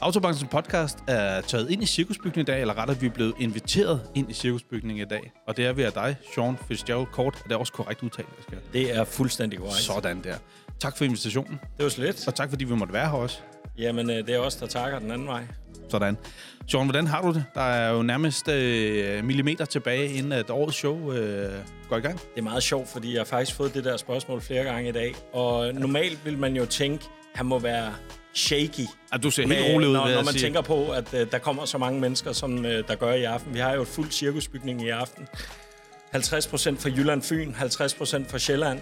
Autobankens podcast er taget ind i cirkusbygningen i dag, eller rettere, vi er blevet inviteret ind i cirkusbygningen i dag. Og det er ved at dig, Sean Fitzgerald Kort. Er det også korrekt udtalt, jeg skal? Det er fuldstændig korrekt. Sådan der. Tak for invitationen, Det var slet. og tak fordi vi måtte være her også. Jamen, øh, det er os, der takker den anden vej. Sådan. Sean, hvordan har du det? Der er jo nærmest øh, millimeter tilbage, inden at årets show øh, går i gang. Det er meget sjovt, fordi jeg har faktisk fået det der spørgsmål flere gange i dag. Og normalt vil man jo tænke, han må være shaky. Ah, du ser med- helt rolig ud, når, ved når at man sige. tænker på, at øh, der kommer så mange mennesker, som øh, der gør i aften. Vi har jo et fuldt cirkusbygning i aften. 50 procent fra Jylland Fyn, 50 procent fra Sjælland.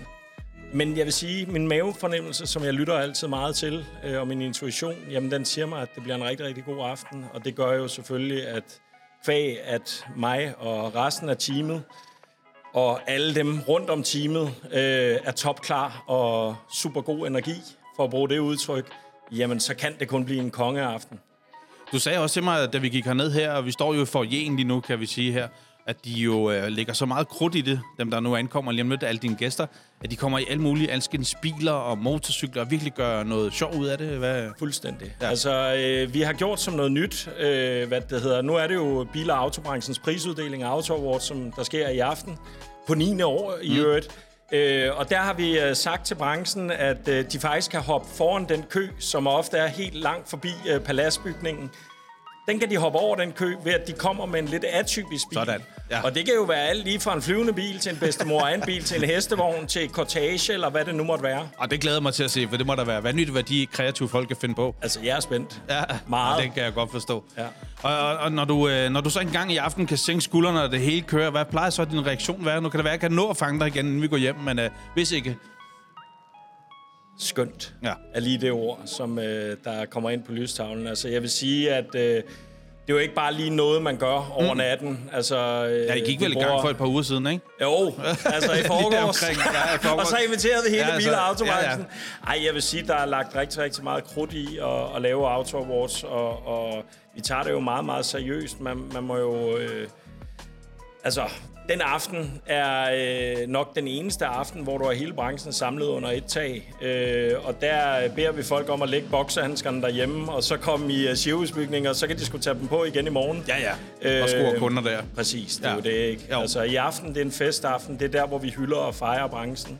Men jeg vil sige, min mavefornemmelse, som jeg lytter altid meget til, øh, og min intuition, jamen den siger mig, at det bliver en rigtig, rigtig god aften. Og det gør jo selvfølgelig, at kvæg, at mig og resten af teamet, og alle dem rundt om teamet øh, er topklar og super god energi, for at bruge det udtryk, jamen så kan det kun blive en kongeaften. Du sagde også til mig, at da vi gik herned her, og vi står jo for lige nu, kan vi sige her, at de jo øh, lægger så meget krudt i det, dem der nu ankommer lige om lidt, alle dine gæster, at de kommer i alle mulige alskens biler og motorcykler og virkelig gør noget sjov ud af det. Hvad? Fuldstændig. Ja. Ja. Altså, øh, vi har gjort som noget nyt, øh, hvad det hedder. Nu er det jo bil- og autobranchens prisuddeling af Auto Awards, som der sker i aften på 9. år i Mm. øvrigt. Øh, og der har vi øh, sagt til branchen, at øh, de faktisk kan hoppe foran den kø, som ofte er helt langt forbi øh, paladsbygningen. Den kan de hoppe over den kø ved, at de kommer med en lidt atypisk bil. Sådan, ja. Og det kan jo være alt lige fra en flyvende bil til en bedstemor og en bil til en hestevogn til et kortage eller hvad det nu måtte være. Og det glæder jeg mig til at se, for det må da være vanvittigt, hvad de kreative folk kan finde på. Altså, jeg er spændt. Ja, Meget. det kan jeg godt forstå. Ja. Og, og, og når, du, øh, når du så engang i aften kan sænke skuldrene, og det hele kører, hvad plejer så din reaktion være? Nu kan det være, at jeg kan nå at fange dig igen, inden vi går hjem, men øh, hvis ikke... skønt, Ja. ja. er lige det ord, som øh, der kommer ind på lystavlen. Altså, jeg vil sige, at øh, det er jo ikke bare lige noget, man gør over mm. natten. Altså, øh, Ja, I gik vel i gang for et par uger siden, ikke? Jo, altså i Lige forgårs. omkring, ja, i forgårs. og så inviterede vi hele Ja, ja, altså, bil- og autobranchen. ja, Ja, ja. Ej, jeg vil sige, der er lagt rigtig, rigtig meget krudt i at, at lave Auto Awards, og, og vi tager det jo meget, meget seriøst. Man, man må jo... Øh, altså, den aften er øh, nok den eneste aften, hvor du har hele branchen samlet under et tag. Øh, og der beder vi folk om at lægge boksehandskerne derhjemme, og så komme i øh, cirkusbygninger, og så kan de skulle tage dem på igen i morgen. Ja, ja. Og score Øh, kunder der. Præcis, det er Ja. jo det, ikke? Jo. Altså, i aften, det er en festaften. Det er der, hvor vi hylder og fejrer branchen.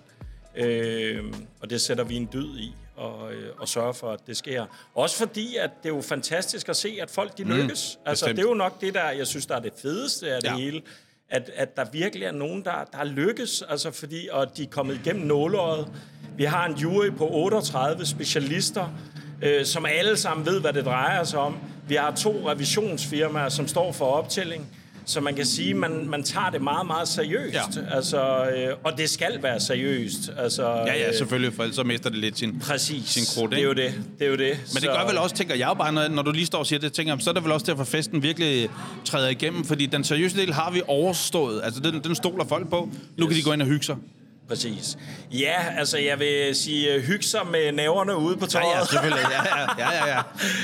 Øh, og det sætter vi en dyd i og, øh, og sørger for, at det sker. Også fordi, at det er jo fantastisk at se, at folk de mm, lykkes. Altså, bestemt. det er jo nok det, der, jeg synes, der er det fedeste af det Ja. ja. hele. At, at der virkelig er nogen, der, der lykkes, altså fordi, og de er kommet igennem nåleøjet. Vi har en jury på 38 specialister, øh, som alle sammen ved, hvad det drejer sig om. Vi har to revisionsfirmaer, som står for optælling, så man kan sige, at man, man tager det meget, meget seriøst. Ja. Altså, øh, og det skal være seriøst. Altså, Ja, øh, ja, selvfølgelig, for ellers så mister det lidt sin... Præcis. Sin krudt, det er ikke? jo det. Det er jo det. Men det gør vel også, tænker jeg jo bare, når- når du lige står og siger det, tænker jeg, så er det vel også derfor, at festen virkelig træder igennem, fordi den seriøse del har vi overstået. Altså, den, den stoler folk på. Nu kan de Yes. gå ind og hygge sig. Præcis. Ja, altså jeg vil sige, øh, hyg sig med næverne ude på Ja, tøjet. ja, selvfølgelig. Ja, ja, ja, ja, ja.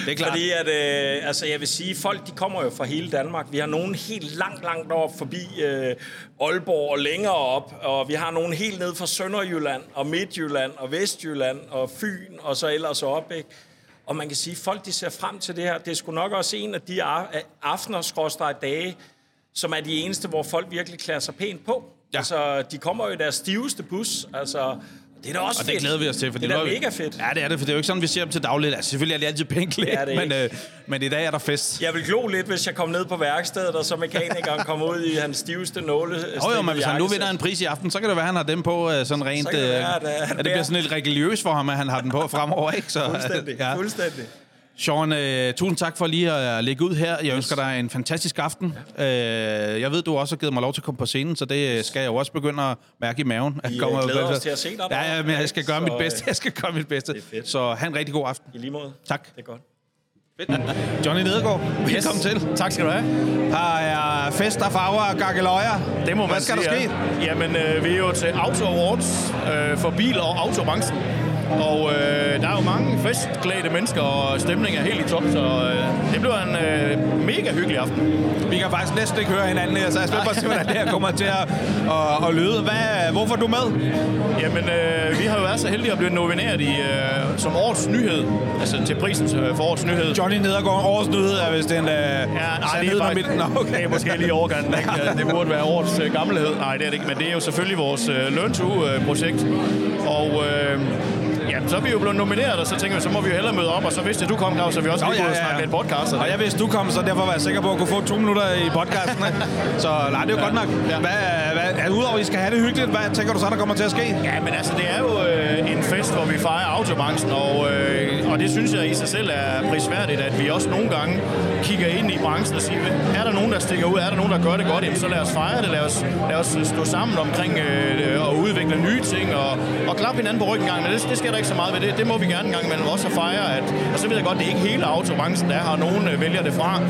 Det er klart. Fordi at, øh, altså jeg vil sige, folk de kommer jo fra hele Danmark. Vi har nogen helt langt, langt op forbi øh, Aalborg og længere op. Og vi har nogen helt ned fra Sønderjylland og Midtjylland og Vestjylland og Fyn og så ellers op, ikke? Og man kan sige, folk de ser frem til det her. Det er sgu nok også en af de af- aftener, skråstreg dage, som er de eneste, hvor folk virkelig klæder sig pænt på. Ja. Ja. Altså, de kommer jo i deres stiveste bus, altså... Det er da også Og fedt. det glæder vi os til, for det nu er da vi- mega fedt. Ja, det er det, for det er jo ikke sådan, vi ser dem til dagligt. Altså, selvfølgelig er det altid pænklædt, Det er det men, ikke. øh, men i dag er der fest. Ja. Jeg vil glo lidt, hvis jeg kom ned på værkstedet, og så mekanikeren kom ud i hans stiveste nåle. Jo, jo, men hvis han nu vinder en pris i aften, så kan det være, at han har dem på øh, sådan rent... kan det øh, være, at, øh, at han det bliver bærer- sådan lidt religiøst for ham, at han har den på fremover, ikke? Så, Fuldstændig, ja. fuldstændig. Sean, øh, tusind tak for lige at øh, lægge ud her. Jeg ønsker dig en fantastisk aften. Øh, jeg ved, du også har givet mig lov til at komme på scenen, så det øh, skal jeg jo også begynde at mærke i maven. Jeg øh, glæder os til at se dig deroppe, Ja, ja, men jeg skal gøre ikke? mit Så, bedste. øh, Jeg skal gøre mit bedste. er fedt. Så have en rigtig god aften. I lige måde. Tak. Det er godt. Johnny Nedergaard, velkommen yes. til. Tak skal du have. Her er fest og farver og gakkeløjer. Det må man Hvad skal sige, der ske? ja. Jamen, øh, vi er jo til Auto Awards øh, for bil- og autobranchen. Og øh, der er jo mange festklædte mennesker, og stemningen er helt i top, så øh, det bliver en øh, mega hyggelig aften. Vi kan faktisk næsten ikke høre hinanden her, så jeg er spændt på at se, hvordan det her kommer til at, at, at lyde. Hvad, øh, hvorfor er du med? Jamen, øh, vi har jo været så heldige at blive nomineret i, øh, som årets nyhed, altså til prisen øh, for årets nyhed. Johnny Nedergaard, årets nyhed er vist øh, en... Ja, Ja, nej, det er faktisk, Nå, okay. det er måske lige overgangen. Ikke? Ja, Det burde være årets øh, gammelhed. Nej, det er det ikke, men det er jo selvfølgelig vores øh, løntue-projekt. Og øh, ja, så er vi jo blevet nomineret, og så tænker vi, så må vi jo hellere møde op, og så vidste jeg, du kom, Claus, så vi også Nå, lige ja, kunne ja, ja. snakke lidt podcast. Og Og det. jeg vidste, du kom, så derfor var jeg sikker på at kunne få to minutter i podcasten. ikke? så nej, det er jo godt nok. Hvad, hvad, altså, udover at I skal have det hyggeligt, hvad tænker du så, der kommer til at ske? Ja, men altså, det er jo øh, en fest, hvor vi fejrer autobranchen, og, øh, og det synes jeg i sig selv er prisværdigt, at vi også nogle gange kigger ind i branchen og siger, er der nogen, der stikker ud, er der nogen, der gør det godt, jamen, så lad os fejre det, lad os, lad os stå sammen omkring øh, og udvikle nye ting, og, og klappe hinanden på ryggen en gang, men det, det sker der ikke så meget ved det, det må vi gerne en gang imellem også at fejre, at, og så ved jeg godt, det er ikke hele autobranchen, der er her, og nogen øh, vælger det fra,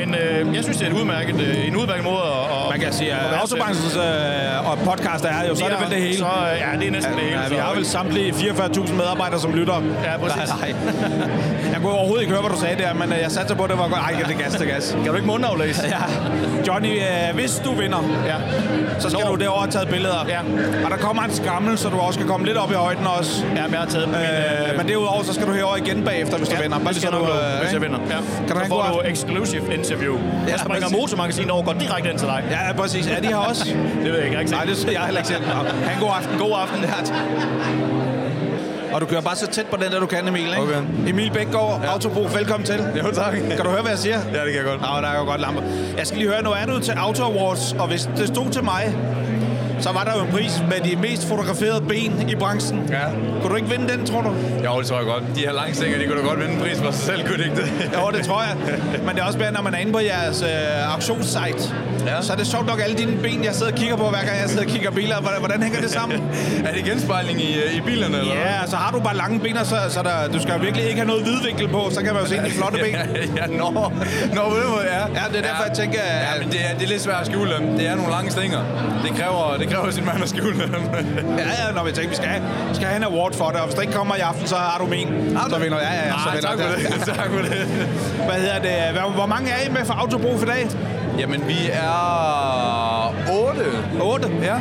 men øh, jeg synes, det er et udmærket, øh, en udmærket måde at... Man kan sige, at at være til. autobranchens øh, og podcast er jo, så er det vel det hele. Så, øh, ja, det er næsten det hele. Ja, vi så- har vel samtlige 44.000 medarbejdere, som lytter. Ja, præcis. Nej, nej. Jeg kunne overhovedet ikke høre, hvad du sagde der, men øh, jeg satte på, at det var godt. Ej, det er gas, det er gas. Kan du ikke mundaflæse? Ja. Johnny, øh, hvis du vinder, ja. så skal Nå. du derover og tage billeder. Ja. Og der kommer en skammel, så du også skal komme lidt op i højden også. Ja, men jeg har taget dem. Øh, men derudover, så skal du herover igen bagefter, hvis du vinder. Bare det skal så du, du, øh, hvis jeg ikke? vinder. Ja. Kan Kan du så have får en god du exclusive interview. Ja, jeg springer præcis. motormagasinet over, går direkte ind til dig. Ja, præcis. Er de her også? Det ved jeg ikke, jeg har ikke Nej, set. det ser jeg heller ikke selv. Nå. Ha' en god aften. God aften. Ja, tak. Og du kører bare så tæt på den, der du kan, Emil. Ikke? Okay. Emil Bækgaard, ja. Autobro, velkommen til. Jo, tak. Kan du høre, hvad jeg siger? Ja, det kan jeg godt. Nå, der er jo godt lamper. Jeg skal lige høre, nu er du til Auto Awards, og hvis det stod til mig, så var der jo en pris med de mest fotograferede ben i branchen. Ja. Kunne du ikke vinde den, tror du? Jo, det tror jeg godt. De her langstænger, de kunne da godt vinde en pris for sig selv, kunne de ikke det? Jo, det tror jeg. Men det er også bedre, når man er inde på jeres øh, auktionssite. Ja. Så er det sjovt nok alle dine ben, jeg sidder og kigger på, hver gang jeg sidder og kigger biler. Hvordan, hvordan hænger det sammen? er det genspejling i, øh, i bilerne, eller hvad? Ja, så har du bare lange ben, og så, så der, du skal virkelig ikke have noget hvidvinkel på, så kan man jo se de flotte ben. ja, nå. Nå, på den måde, ja. Ja, det er derfor, jeg tænker, Ja, at- men det er, det er lidt svært at skjule dem. Det er nogle lange stænger. Det kræver, det kræver sin mand at skjule dem. Ja, ja, når vi tænker, vi skal have, vi skal have en award for det, og hvis der ikke kommer i aften, så har du min. Har du? Så vinder jeg, ja, ja, så Ah, vinder tak for jeg. det. tak for det. Hvad hedder det? Hvor, hvor mange er I med for Autobrug i dag? Jamen, vi er otte. 8. Ja.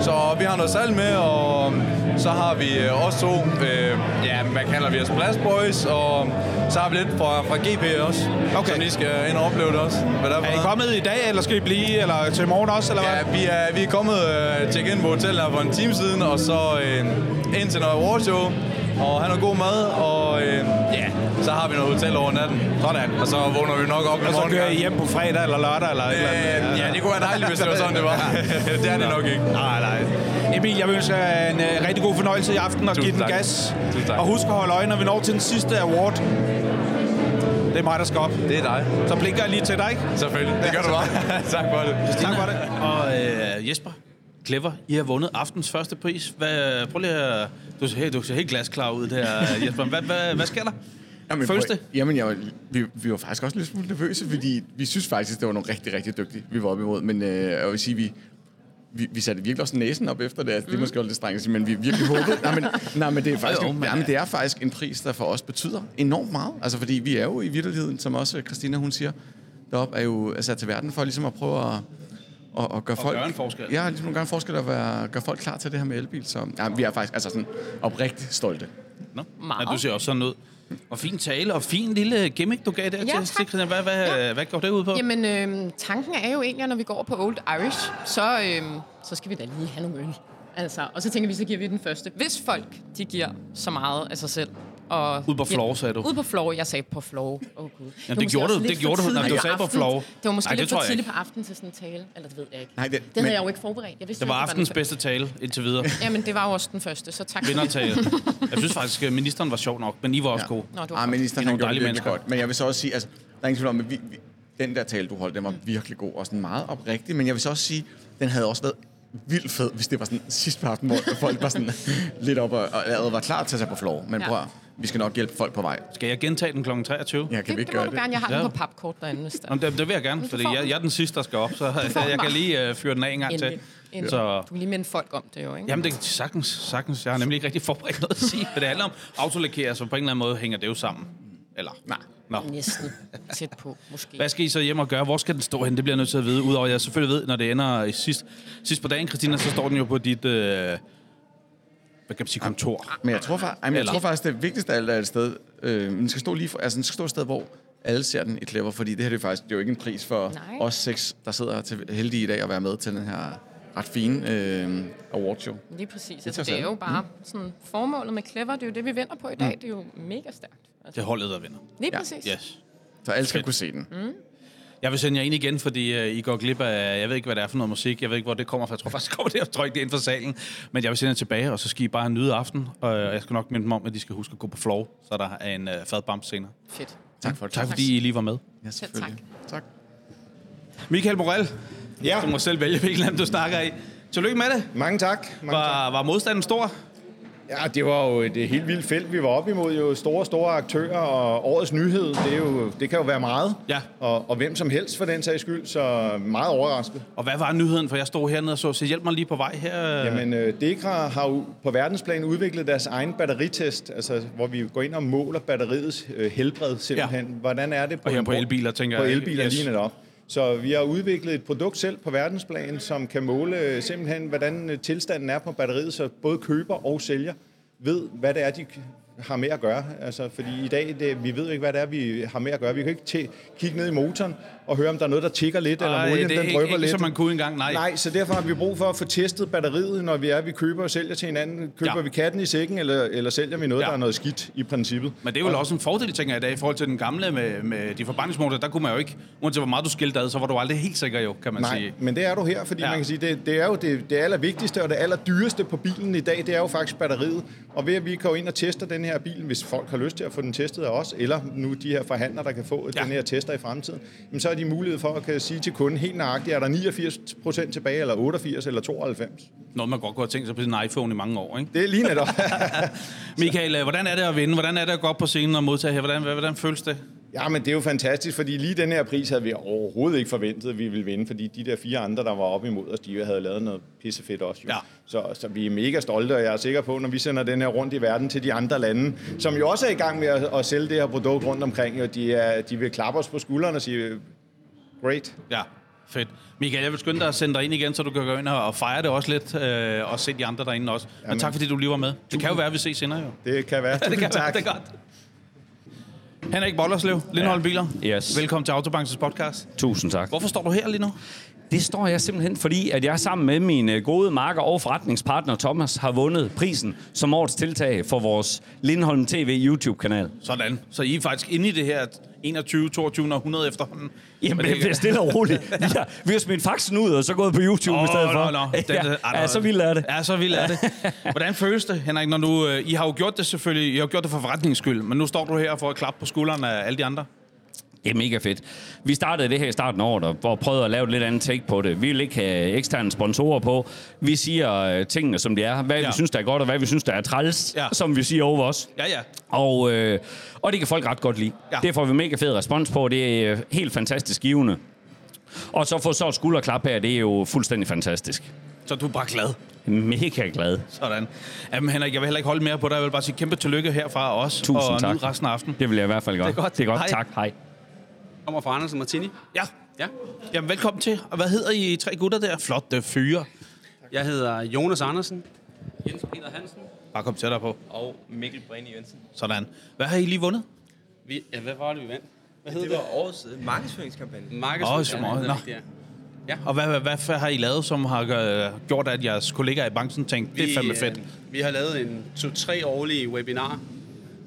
Så vi har noget salg med, og så har vi øh, også to, øh, ja, hvad kalder vi os, Blast Boys, og så har vi lidt fra, fra GP også, Okay. som lige skal ind og opleve det også. Hvad der Er I kommet i dag, eller skal I blive, eller til i morgen også, eller hvad? Ja, vi er, vi er kommet øh, tjekket ind på hotellet her for en time siden, og så øh, ind til noget awardshow, og han har god mad, og øh, ja, så har vi noget hotel over natten. Sådan. Og så vågner vi nok op i Og så morgen. kører I hjem på fredag eller lørdag eller et eller andet. Øh, ja, det kunne være dejligt, hvis det var sådan, det var. det er det nok ikke. Nej, nej. Emil, jeg vil ønske jer en uh, rigtig god fornøjelse i aften og Tusind give den tak. gas. Tusind tak. Og husk at holde øje, når vi når til den sidste award. Det er mig, der skal op. Det er dig. Så blinker jeg lige til dig, ikke? Selvfølgelig. Det gør du bare. tak for det. Tak for det. Og øh, Øh, Jesper, Clever, I har vundet aftens første pris. Hvad, prøv lige at... Du ser, hey, du ser helt glasklar ud der, Jesper. Hvad, hvad, hvad sker der? Jamen, Føles det? Jamen, jeg var, vi, vi var faktisk også lidt smule nervøse, fordi vi synes faktisk, det var nogle rigtig, rigtig dygtige, vi var op imod. Men øh, jeg vil sige, vi, vi, vi satte virkelig også næsen op efter det. Altså, det er måske også lidt strengt at sige, men vi virkelig håbede. nej, men, nej, men det er faktisk, Mhm. Jo, jo, jo, men- jamen, det er faktisk en pris, der for os betyder enormt meget. Altså, fordi vi er jo i virkeligheden, som også Christina, hun siger, deroppe er jo altså, er til verden for ligesom at prøve at, og, og gøre folk, gøre en forskel. Ja, ligesom gøre en forskel og være, gøre folk klar til det her med elbil. Så ja, vi er faktisk altså sådan oprigtigt stolte. Nå, Meget. Ja, du ser også sådan ud. Og fin tale, og fin lille gimmick, du gav der Ja, til, tak. til Christian. Hvad, hvad, øh, ja. hvad går det ud på? Jamen. Jamen, øh, tanken er jo egentlig, at når vi går på Old Irish, så, øh, så skal vi da lige have nogle øl. Altså, og så tænker vi, så giver vi den første. Hvis folk, de giver så meget af sig selv. Og, Ud på floor, sagde du. Ud på floor, jeg sagde på floor. Åh, oh, gud. var det måske gjorde også du- lidt det for gjorde du, når tidligt du sagde på aftenen. floor. Det var måske Nej, det lidt tror for jeg tidligt ikke. på aftenen til sådan en tale. Eller det ved jeg ikke. Nej, det- det men- havde jeg jo ikke forberedt. Jeg vidste, Det slet var ikke, aftens den- bedste tale indtil videre. Jamen, det var jo også den første, så tak. Vindertale. Jeg synes faktisk, øh, at ministeren var sjov nok, men I var også ja. gode. Nå, du Ah, var ministeren Det er han nogle gjorde det dejlige virkelig mennesker. godt. Men jeg vil så også sige, altså, der er ingen tvivl om, at vi, vi, den der tale, du holdt, den var Mm. virkelig god og sådan meget oprigtig. Men jeg vil så også sige, den havde også været vildt fed, hvis det var sådan sidst på aftenen, hvor folk var sådan lidt op og, og allerede var klar til at tage på floor. Men Ja. ja. prøv at- vi skal nok hjælpe folk på vej. Skal jeg gentage den kl. 23? Ja, kan Det, vi det ikke må gøre du det? gerne. Jeg har Ja. den på papkort derinde, hvis der. Jamen, det, det vil jeg gerne, Du fordi får jeg, den. jeg er den sidste, der skal op, så får jeg, den jeg kan bare. lige øh, fyre den af en gang Endelig. til. Endelig. Så, Du kan lige minde folk om det jo, ikke? Jamen, det kan sagtens, sagtens. Jeg har nemlig ikke rigtig forberedt noget at sige, men det handler om autolakere, så på en eller anden måde hænger det jo sammen. Eller? Nej. Nå. Næsten tæt på, måske. Hvad skal I så hjem og gøre? Hvor skal den stå hen? Det bliver jeg nødt til at vide. Udover at jeg selvfølgelig ved, når det ender i sidst, sidst på dagen, Christina, så står den jo på dit... Øh, hvad kan man sige? Kontor. Ah, Men jeg tror, fa- ej, men jeg Eller- tror faktisk, det vigtigste af alt er et sted, øh, den skal stå lige for, altså den skal stå et sted, hvor alle ser den i clever, fordi det her det er faktisk det er jo ikke en pris for Nej. os seks, der sidder til heldige i dag at være med til den her ret fine øh, awardshow. Lige præcis. tager Altså, det er selv. jo bare sådan, formålet med Clever, det er jo det, vi vinder på i dag. Det er jo mega stærkt. Altså, Det er holdet, der vinder. lige ja. præcis. Yes. Så alle skal kunne se den. Jeg vil sende jer ind igen, fordi øh, I går glip af, jeg ved ikke, hvad det er for noget musik, jeg ved ikke, hvor det kommer fra. Jeg tror faktisk, det kommer det, jeg tror ikke, det er inden for salen. Men jeg vil sende jer tilbage, og så skal I bare nyde aften. Og jeg skal nok minde dem om, at de skal huske at gå på floor, så der er en øh, fadbamp senere. Fedt. Tak for det. Tak fordi I lige var med. Ja, selvfølgelig. Tak. Michael Morel, Ja, du må selv vælge, hvilken land du snakker i. Tillykke med det. mange tak. Mange tak. Var, var modstanden stor? Ja, det var jo et øh, helt vildt felt, vi var op imod. Jo store, store aktører, og årets nyhed, det, er jo, det kan jo være meget. Ja. Og, og hvem som helst for den sags skyld, så meget overrasket. Og hvad var nyheden? For jeg stod hernede og så, så hjælp mig lige på vej her. Jamen, øh, Dekra har jo på verdensplan udviklet deres egen batteritest, altså, hvor vi går ind og måler batteriets øh, helbred simpelthen. Ja. Hvordan er det på, Og her en på bro- elbiler, tænker på jeg. elbiler Yes. yes. lige netop. Så vi har udviklet et produkt selv på verdensplan, som kan måle øh, simpelthen, hvordan øh, tilstanden er på batteriet, så både køber og sælger ved, hvad det er, de k- har med at gøre. Altså, fordi i dag, det, vi ved jo ikke, hvad det er, vi har med at gøre. Vi kan ikke t- kigge ned i motoren og høre, om der er noget, der tigger lidt, eller Ej, om olien det er den ikke, drypper ikke lidt. som man kunne engang, nej. Nej, så derfor har vi brug for at få testet batteriet, når vi er, vi køber og sælger til hinanden. Køber Ja. ja. vi katten i sækken, eller, eller sælger vi noget, Ja. ja. der er noget skidt i princippet? Men det er vel også en fordel, tænker jeg, i dag, i forhold til den gamle med, med de forbrændingsmotorer. Der kunne man jo ikke, uanset hvor meget du skilte ad, så var du aldrig helt sikker jo, kan man Nej, sige. men det er du her, fordi Ja. ja. man kan sige, det, det er jo det, det allervigtigste og det allerdyreste på bilen i dag, det er jo faktisk batteriet. Og ved at vi går ind og tester den her bil, hvis folk har lyst til at få den testet af os, eller nu de her forhandlere, der kan få Ja. ja. den her tester i fremtiden, jamen så er de mulighed for at kan sige til kunden helt nøjagtigt, er der 89 procent tilbage, eller 88, eller 92. Noget, man godt kunne have tænkt sig på sin iPhone i mange år, ikke? Det er lige netop. Michael, øh, hvordan er det at vinde? Hvordan er det at gå op på scenen og modtage her? Hvordan, hvordan føles det? Ja, men det er jo fantastisk, fordi lige den her pris havde vi overhovedet ikke forventet, at vi ville vinde, fordi de der fire andre, der var oppe imod os, de havde lavet noget pissefedt også. Jo. Ja. Så, så vi er mega stolte, og jeg er sikker på, når vi sender den her rundt i verden til de andre lande, som jo også er i gang med at, at sælge det her produkt rundt omkring, og de, er, de vil klappe os på skuldrene og sige, great. Ja, fedt. Michael, jeg vil skynde dig at sende dig ind igen, så du kan gå ind og og fejre det også lidt, øh, og se de andre derinde også. Men tak, fordi du lige var med. Det kan jo være, at vi ses senere jo. Det kan være. det kan Tusind være, tak. det er godt. Henrik Bollerslev, Lindholm Biler. Yes. Velkommen til Autobankens podcast. Tusind tak. Hvorfor står du her lige nu? Det står jeg simpelthen, fordi at jeg sammen med min øh, gode marker og forretningspartner Thomas har vundet prisen som årets tiltag for vores Lindholm TV YouTube-kanal. Sådan. Så I er faktisk inde i det her 21, 22 og 100 efterhånden. Jamen, Men det bliver stille og roligt. Vi har, vi har smidt faxen ud, og så gået på YouTube oh, i stedet Åh, for. nå, nå. Den- den- øh, ej, ja, nå. ja, så vildt er det. Ja, så vildt er det. Hvordan føles det, Henrik, når du... øh, I har jo gjort det selvfølgelig, I har jo gjort det for forretningens skyld, men nu står du her for at klappe på skulderen af alle de andre. Det er mega fedt. Vi startede det her i starten af året, og- og prøvede at lave et lidt andet take på det. Vi vil ikke have eksterne sponsorer på. Vi siger øh, tingene, som de er. Hvad Ja. ja. vi synes, der er godt, og hvad vi synes, der er træls, Ja. ja. som vi siger over os. Ja, ja. Og, øh, og det kan folk ret godt lide. Ja. Ja. Det får vi mega fed respons på. Det er øh, helt fantastisk givende. Og så få så et skulderklap her, det er jo fuldstændig fantastisk. Så du er bare glad. Mega glad. Sådan. Jamen Henrik, jeg vil heller ikke holde mere på dig. Jeg vil bare sige kæmpe tillykke herfra os. Tusind og tak. nyd resten af aftenen. Det vil jeg i hvert fald godt. Det er godt. Det er godt. Hej. Tak. Hej. kommer fra Andersen Martini. Ja. Ja. Jamen velkommen til. Og hvad hedder I tre gutter der? Flotte fyre. Jeg hedder Jonas Andersen. Jens Peter Hansen. Bare kom tættere på. Og Mikkel Bræne Jensen. Sådan. Hvad har I lige vundet? Vi, ja, hvad var det, vi vandt? Hvad hedder det? var årets øh, markedsføringskampagne. Åh, så Markedsføringskampagne. meget. Nå. Oh, ja. Og hvad, hvad, hvad, hvad har I lavet, som har øh, gjort, at jeres kollegaer i banken tænkte, det er fandme fedt? Øh, vi har lavet en to-tre årlige webinar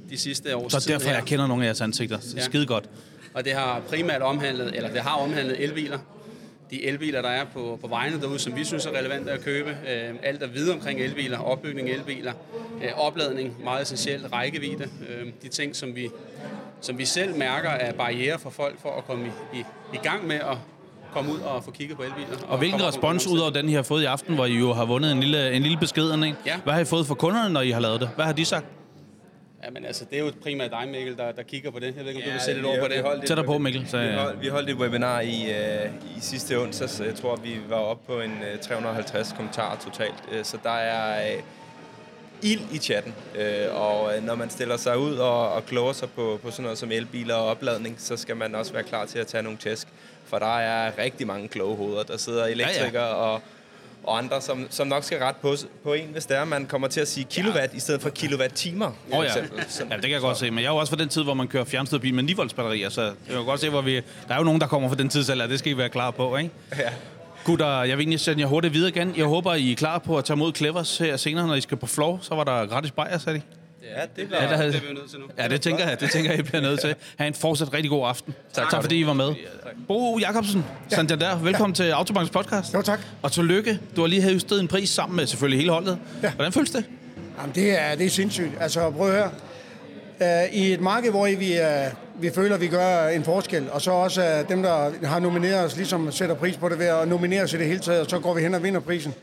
de sidste år. Så derfor jeg kender nogle af jeres ansigter. Ja. Ja. Skide godt. Og det har primært omhandlet, eller det har omhandlet elbiler. De elbiler, der er på, på vejene derude, som vi synes er relevante at købe. Øh, alt der videre omkring elbiler, opbygning af elbiler, øh, opladning, meget essentielt, rækkevidde. Øh, de ting, som vi, som vi selv mærker er barriere for folk for at komme i, i, i gang med at komme ud og få kigget på elbiler. Og hvilken komme på respons ud konkurrencer. over den, I har fået i aften, hvor I jo har vundet en lille, en lille beskeden, ikke? Ja. Hvad har I fået fra kunderne, når I har lavet det? Hvad har de sagt? Jamen altså, det er jo primært dig, Mikkel, der, der kigger på det. Jeg ved ikke, om ja, du vil sætte et ord på det. Tag dig på, Mikkel. Så, Vi øh, holdt, vi holdt et webinar i, øh, i sidste onsdag, så jeg tror, vi var oppe på en øh, 350 kommentarer totalt. Øh, så der er øh, ild i chatten, øh, og øh, når man stiller sig ud og, og kloger sig på, på sådan noget som elbiler og opladning, så skal man også være klar til at tage nogle tæsk, for der er rigtig mange kloge hoveder. Der sidder elektrikere ja, ja. og og andre, som, som nok skal rette på, på en, hvis det er, man kommer til at sige kilowatt ja. i stedet for kilowatt-timer. for Åh oh, ja. eksempel. Så- ja, det kan jeg godt se. Men jeg er jo også fra den tid, hvor man kører fjernstyret bil med 9 volts batterier, så jeg kan godt se, hvor vi... Der er jo nogen, der kommer fra den tidsalder, det skal I være klar på, ikke? Ja. Gutter, jeg vil egentlig sende jer hurtigt videre igen. Jeg håber, I er klar på at tage mod Clevers her senere, når I skal på floor. Så var der gratis bajer, sagde de. Ja, det bliver... der Ja, det, havde- det er vi jo nødt til nu. Ja, det tænker jeg. Det tænker jeg, I bliver nødt til. Ha' en fortsat rigtig god aften. Tak, tak fordi I var med. Bo Jacobsen, Santander, velkommen til Autobanks podcast. Jo, tak. Og tillykke. Du har lige hævet stedet en pris sammen med selvfølgelig hele holdet. Ja. Hvordan føles det? Jamen, det er, det er sindssygt. Altså, prøv at høre. Øh, I et marked, hvor vi, øh, vi føler, at vi gør en forskel, og så også øh, dem, der har nomineret os, ligesom sætter pris på det ved at nominere os i det hele taget, og så går vi hen og vinder prisen.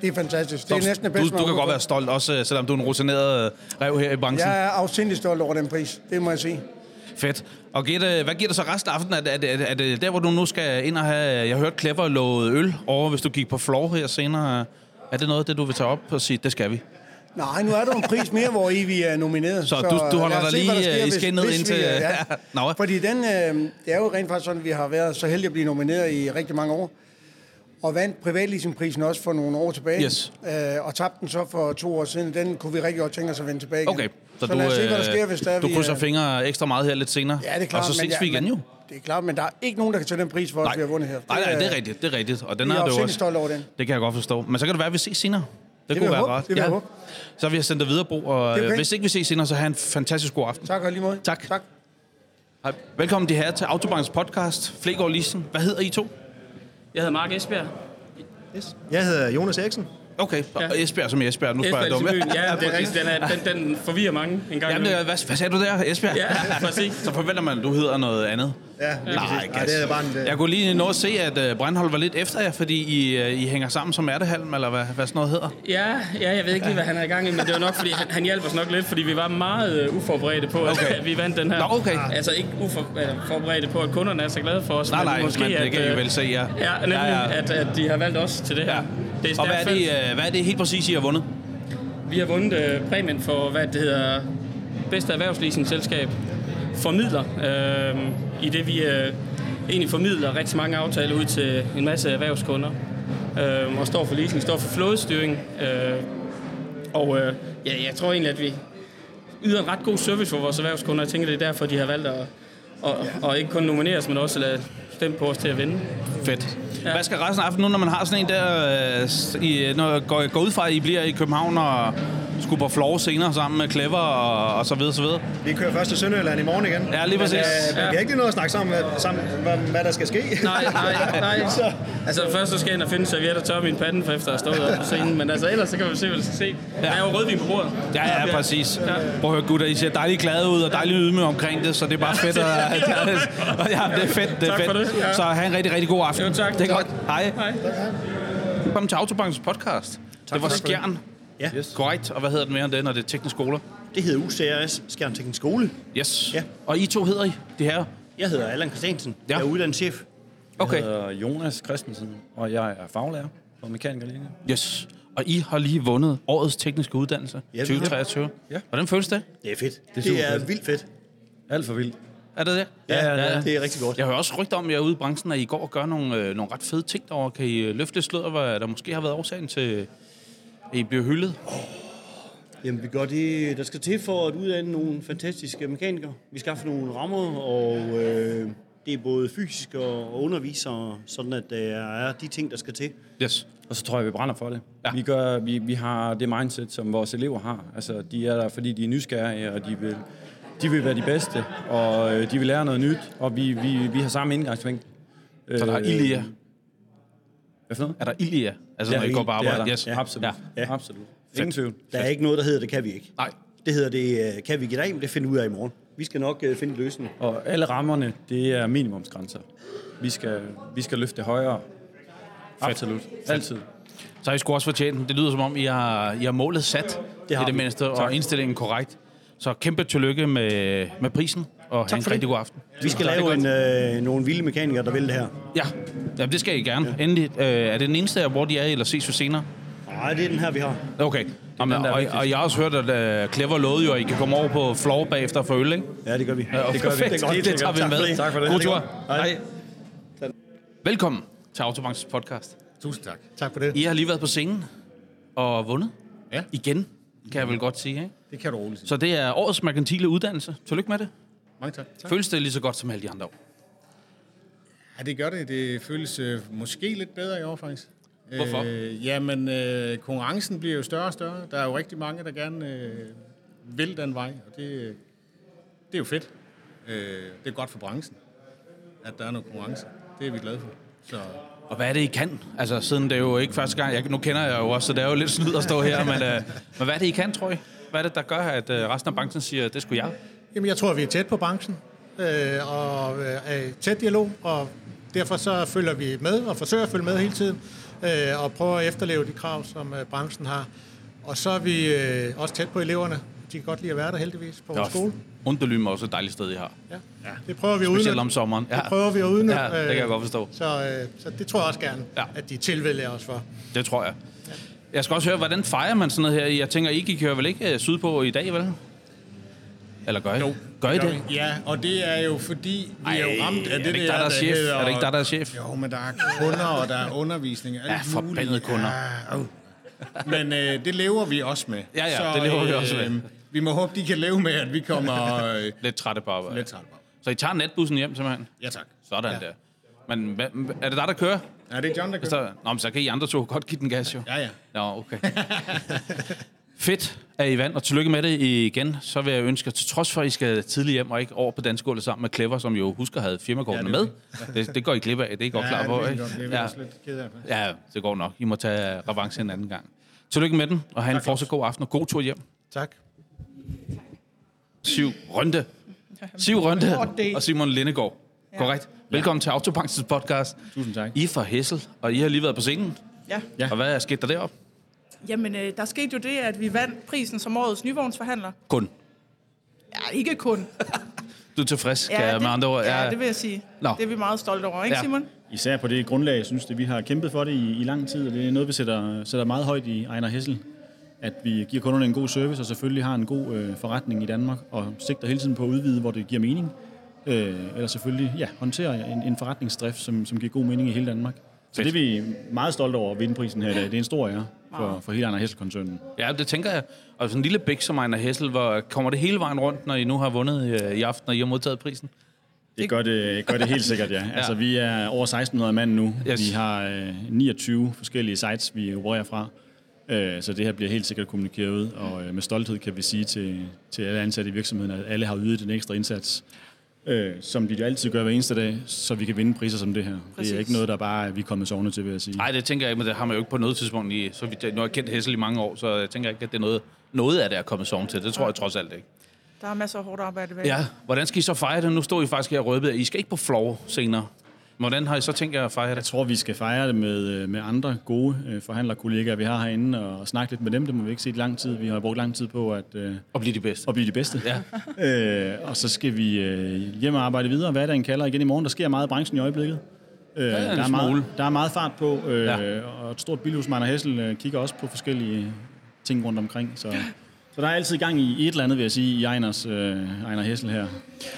Det er fantastisk. Det er næsten det bedste, du, man du kan kunne godt få. være stolt, også øh, selvom du er en rutineret øh, rev her i branchen. Jeg er afsindig stolt over den pris, det må jeg sige. Fedt. Og giver det, hvad giver det så resten af aftenen? Er det, er, det, er, det, er det der, hvor du nu skal ind og have... Jeg hørte Clever lovet øl over, hvis du gik på floor her senere. Er det noget af det, du vil tage op og sige, det skal vi? Nej, nu er der en pris mere, hvor I vi er nomineret. Så du- du holder lad os dig se, hvad der lige, sker, øh, i hvis- skindet hvis vi, indtil- øh, Ja. Nå. Nå. Fordi den, øh, det er jo rent faktisk sådan, at vi har været så heldige at blive nomineret i rigtig mange år. Og vandt privatleasingprisen også for nogle år tilbage. Yes. Øh, og tabte den så for to år siden. Den kunne vi rigtig godt tænke os at vende tilbage igen. Okay. Så, så lad os se, hvad der øh, sker, hvis der er Du vi, krydser øh, fingre ekstra meget her lidt senere. Ja, det er klart. Og så men ses ja, vi igen men- jo. Det er klart, men der er ikke nogen, der kan tage den pris for os, vi har vundet her. Nej, nej, det er rigtigt, det er rigtigt. Og den Vi er, er det jo afsindig også. stolte over den. Det kan jeg godt forstå. Men så kan det være, at vi ses senere. Det, vil kunne jeg være håbe, rart. det vil jeg håbe. Så vi har sendt dig videre, Bo. Og Det er okay. okay. hvis ikke vi ses senere, så have en fantastisk god aften. Tak og i lige måde. Tak. tak. Hej. Velkommen til her til Autobanks podcast. Flegård Lisen. Hvad hedder I to? Jeg hedder Mark Esbjerg. Jeg hedder Jonas Eriksen. Okay, ja. og Esbjerg som i Esbjerg. Nu spørger jeg Esbjerg dumt. til byen. Ja, det er rigtigt. Den, er, den, den forvirrer mange en gang. Jamen, imellem. øh, hvad, hvad sagde du der, Esbjerg? Ja, præcis. Så forventer man, at du hedder noget andet. Ja, lige Nej, præcis. gas. det er bare en... øh, Jeg kunne lige nå at se, at uh, Brandhold var lidt efter jer, fordi I, øh, I hænger sammen som ærtehalm, eller hvad, hvad sådan noget hedder. Ja, ja, jeg ved ikke lige, hvad han er i gang i, men det var nok, fordi han, han hjalp os nok lidt, fordi vi var meget uh, uforberedte på, at, Okay. okay. at vi vandt den her. Nå, okay. Altså ikke uforberedte på, at kunderne er så glade for os. Nej, nej, måske, men det kan at, I øh, vel se, ja. Ja, nemlig, Ja, ja, ja. ja. At, at de har valgt os til det her. Ja. Ja. Det er Og hvad er, stærkt det, fælles. øh, hvad er det helt præcis, I har vundet? Vi har vundet øh, præmien for, hvad det hedder, bedste erhvervsleasingselskab formidler. Øh, I det vi øh, egentlig formidler rigtig mange aftaler ud til en masse erhvervskunder. Øh, og står for leasing, står for flådestyring. Øh, og øh, ja, jeg tror egentlig, at vi yder en ret god service for vores erhvervskunder. Jeg tænker, det er derfor, de har valgt at og, og ikke kun nomineres, men også lade stemme på os til at vinde. Fedt. Ja. Hvad skal resten af aftenen nu, når man har sådan en der... øh, s- I, når jeg går, går ud fra, at I bliver i København og skulle på floor senere sammen med Clever og, og så videre, så videre. Vi kører først til Sønderjylland i morgen igen. Ja, lige præcis. Øh, ja. Vi har ikke lige noget at snakke sammen, hvad, sammen, hvad, hvad der skal ske. Nej, nej, nej. Så- Altså først så skal jeg ind og finde servietter tør min pande, for efter at have stået op på scenen. Men altså ellers så kan vi se, hvad vi skal se. Der er jo rødvin på bordet. Ja, ja, præcis. Prøv at høre, gutter, I ser dejligt glade ud og dejligt ydmyge omkring det, så det er bare fedt. At, at, at, at, ja, det er fedt, det er Tak fedt. for det, ja. Så have en rigtig, rigtig god aften. Jo, tak, Det er tak. godt. Hej. Hej. Velkommen til Autobankens podcast. det var Skjern. Ja. Yes. Great, og hvad hedder den mere end det, når det er teknisk skoler? Det hedder UCRS, Skjern Teknisk Skole. Yes. Ja. Og I to hedder I, det her? Jeg hedder Allan Christiansen. Ja. Ja. Jeg er uddannet chef. Okay. hedder Jonas Christensen, og jeg er faglærer på mekanikerlinjen. Yes. Og I har lige vundet årets tekniske uddannelse, Ja, vi har. 2023. Ja. Hvordan føles det? Det er fedt. Det er, super det er fedt. vildt fedt. Alt for vildt. Er det det? Ja, ja, ja, det er rigtig godt. Jeg hører også rygter om, at jeg er ude i branchen, at I går og gør nogle, øh, nogle ret fede ting derovre. Kan I øh, løfte lidt sløret, hvad der måske har været årsagen til, at I bliver hyldet? Jamen, vi gør det, der skal til for at uddanne nogle fantastiske mekanikere. Vi skaffer nogle rammer, og øh, det er både fysisk og og undervisere, sådan at der er de ting, der skal til. Yes. Og så tror jeg, vi brænder for det. Ja. Vi, gør, vi, vi har det mindset, som vores elever har. Altså, de er der, fordi de er nysgerrige, og de vil, de vil være de bedste, og øh, de vil lære noget nyt, og vi, vi, vi har samme indgangsvinkel. Øh, Så der er ild i jer. Hvad for noget? Er der ild i jer? Altså, ja, når I går på det er arbejde? der. Yes. Ja, absolut. Ja. Ja. Ja. absolut. Ingen tvivl. Der er ikke noget, der hedder, det kan vi ikke. Nej. Det hedder, det øh, kan vi ikke i dag, men det finder vi ud af i morgen. Vi skal nok øh, finde en løsning. Og alle rammerne, det er minimumsgrænser. Vi skal, vi skal løfte det højere. Absolut. Altid. Så har I sgu også fortjent den. Det lyder som om, I har, I har målet sat Det har i det vi. mindste, og Tak. indstillingen korrekt. Så kæmpe tillykke med, med prisen, og have en for rigtig det. god aften. Vi skal lave en, øh, nogle vilde mekanikere, der vil det her. Ja, Jamen, det skal I gerne. Ja. Endelig. Øh, er det den eneste, hvor de er, eller ses vi senere? Nej, det er den her, vi har. Okay. Jamen, og, og jeg har også hørt, at uh, Clever lovede jo, at I kan komme over på floor bagefter for øl, ikke? Ja, det gør vi. Ja, det gør vi. Det, det, det tager vi med. Tak for det. God tur. Hej. Velkommen til Autobanks podcast. Tusind tak. Tak for det. I har lige været på scenen og vundet. Ja. Igen, kan jeg vel godt sige, ikke? Det kan du roligt sige. Så det er årets merkantile uddannelse. Tillykke med det. Mange tak. tak. Føles det lige så godt som alle de andre år? Ja, det gør det. Det føles øh, måske lidt bedre i år, faktisk. Hvorfor? Øh, jamen, øh, konkurrencen bliver jo større og større. Der er jo rigtig mange, der gerne øh, vil den vej, og det, øh, det er jo fedt. Øh, det er godt for branchen, at der er noget konkurrence. Det er vi glade for. Så Og hvad er det, I kan? Altså, siden det er jo ikke første gang, jeg, nu kender jeg jo også, så det er jo lidt snyd at stå her, men, øh, men hvad er det, I kan, tror I? Hvad er det, der gør, at øh, resten af branchen siger, det skulle jeg? Jamen, jeg tror, vi er tæt på branchen, øh, og øh, er i tæt dialog, og derfor så følger vi med og forsøger at følge med hele tiden, øh, og prøver at efterleve de krav, som øh, branchen har. Og så er vi øh, også tæt på eleverne. De kan godt lide at være der heldigvis på vores skole. Underlym er også et dejligt sted, I har. Ja. Det prøver vi at Specielt udnytte. om sommeren. Det prøver vi at udnytte. øh, Ja, det kan jeg godt forstå. Så, øh, så det tror jeg også gerne, ja. at de tilvælger os for. Det tror jeg. Jeg skal også høre, hvordan fejrer man sådan noget her? Jeg tænker, I kører vel ikke øh, sydpå i dag, vel? Eller gør I? Jo, gør I det? Ja, og det er jo fordi, vi Ej, er jo ramt af er det, det ikke der, der er chef? hedder- Er det ikke der, der er chef? Jo, men der er kunder, og der er undervisning. og alt Ja, forbandede muligt. kunder. Ja, au. men øh, det lever vi også med. øh, Ja, ja, det lever vi også med. Vi må håbe, de kan leve med, at vi kommer... Øh, Lidt trætte på arbejde. Lidt trætte på arbejde. Så I tager natbussen hjem, simpelthen? Ja, tak. Sådan Ja. der. Men hvad, er det der, der kører? Ja, det er John, der kører. Så, nå, men så kan I andre to godt give den gas, jo. Ja, ja. Nå, okay. Fedt, at I vandt, og tillykke med det igen. Så vil jeg ønske, at til trods for, at I skal tidligt hjem og ikke over på dansgulvet sammen med Clever, som jo husker havde firmakortene Ja, ja, det med. er Det, det går I glip af, det er I godt Ja, klar det på, ved jeg ikke? godt. Det er vi ja. også lidt ked af, faktisk. ja, det går nok. I må tage revanche en anden gang. Tillykke med den, og have en fortsat god aften, og god tur hjem. Tak. Siv Rønte. Siv Rønte og Simon Lindegård. Mm. Ja. Korrekt. Velkommen til Autobankens podcast. Tusind tak. I er fra Hessel, og I har lige været på scenen. Ja. ja. Og hvad er sket der deroppe? Jamen, øh, der skete jo det, at vi vandt prisen som årets nyvognsforhandler. Kun. Ja, ikke kun. Du er tilfreds, Ja, kan jeg det- med andre ord. Ja, det vil jeg sige. Nå. Det er vi meget stolte over, ikke Ja. ja. Simon? Især på det grundlag, jeg synes, at vi har kæmpet for det i, i lang tid, og det er noget, vi sætter, sætter meget højt i Ejner Hessel. At vi giver kunderne en god service, og selvfølgelig har en god øh, forretning i Danmark, og sigter hele tiden på at udvide, hvor det giver mening. Øh, eller selvfølgelig ja, håndtere en, en forretningsdrift, som, som giver god mening i hele Danmark. Så det er vi meget stolte over at vinde prisen her i dag. Det er en stor ære for, for hele Ejner Hessel-koncernen. Ja, det tænker jeg. Og sådan en lille bæk som Ejner Hessel, hvor kommer det hele vejen rundt, når I nu har vundet øh, i aften, og I har modtaget prisen? Det gør det, gør det helt sikkert, ja. Altså, vi er over 1600 mand nu. Yes. Vi har øh, 29 forskellige sites, vi opererer fra. Øh, så det her bliver helt sikkert kommunikeret ud, og øh, med stolthed kan vi sige til, til alle ansatte i virksomheden, at alle har ydet en ekstra indsats, øh, som de jo altid gør hver eneste dag, så vi kan vinde priser som det her. Præcis. Det Præcis. er ikke noget, der bare er, vi er kommet sovende til, vil jeg sige. Nej, det tænker jeg ikke, men det har man jo ikke på noget tidspunkt. I, så vidt jeg, nu har jeg kendt Hessel i mange år, så jeg tænker ikke, at det er noget, noget af det er kommet soven til. Det tror jeg trods alt ikke. Der er masser af hårdt arbejde bag. Ja, hvordan skal I så fejre det? Nu står I faktisk her og røbede, at I skal ikke på floor senere. Hvordan har I så tænkt jer at fejre det? Jeg tror, vi skal fejre det med, øh, med andre gode øh, forhandlerkollegaer, vi har herinde, og snakke lidt med dem. Det må vi ikke set i lang tid. Vi har brugt lang tid på at... Øh, at blive de bedste. At blive de bedste. Ja. øh, og så skal vi øh, hjem og arbejde videre. Hverdagen kalder igen i morgen. Der sker meget i branchen i øjeblikket. Øh, Ja, der, en er smule. meget, der er meget fart på, øh, ja. og et stort bilhus, Magne Hessel, øh, kigger også på forskellige ting rundt omkring. Så, så der er altid gang i et eller andet, vil jeg sige, i Ejners, øh, Ejner Hessel her.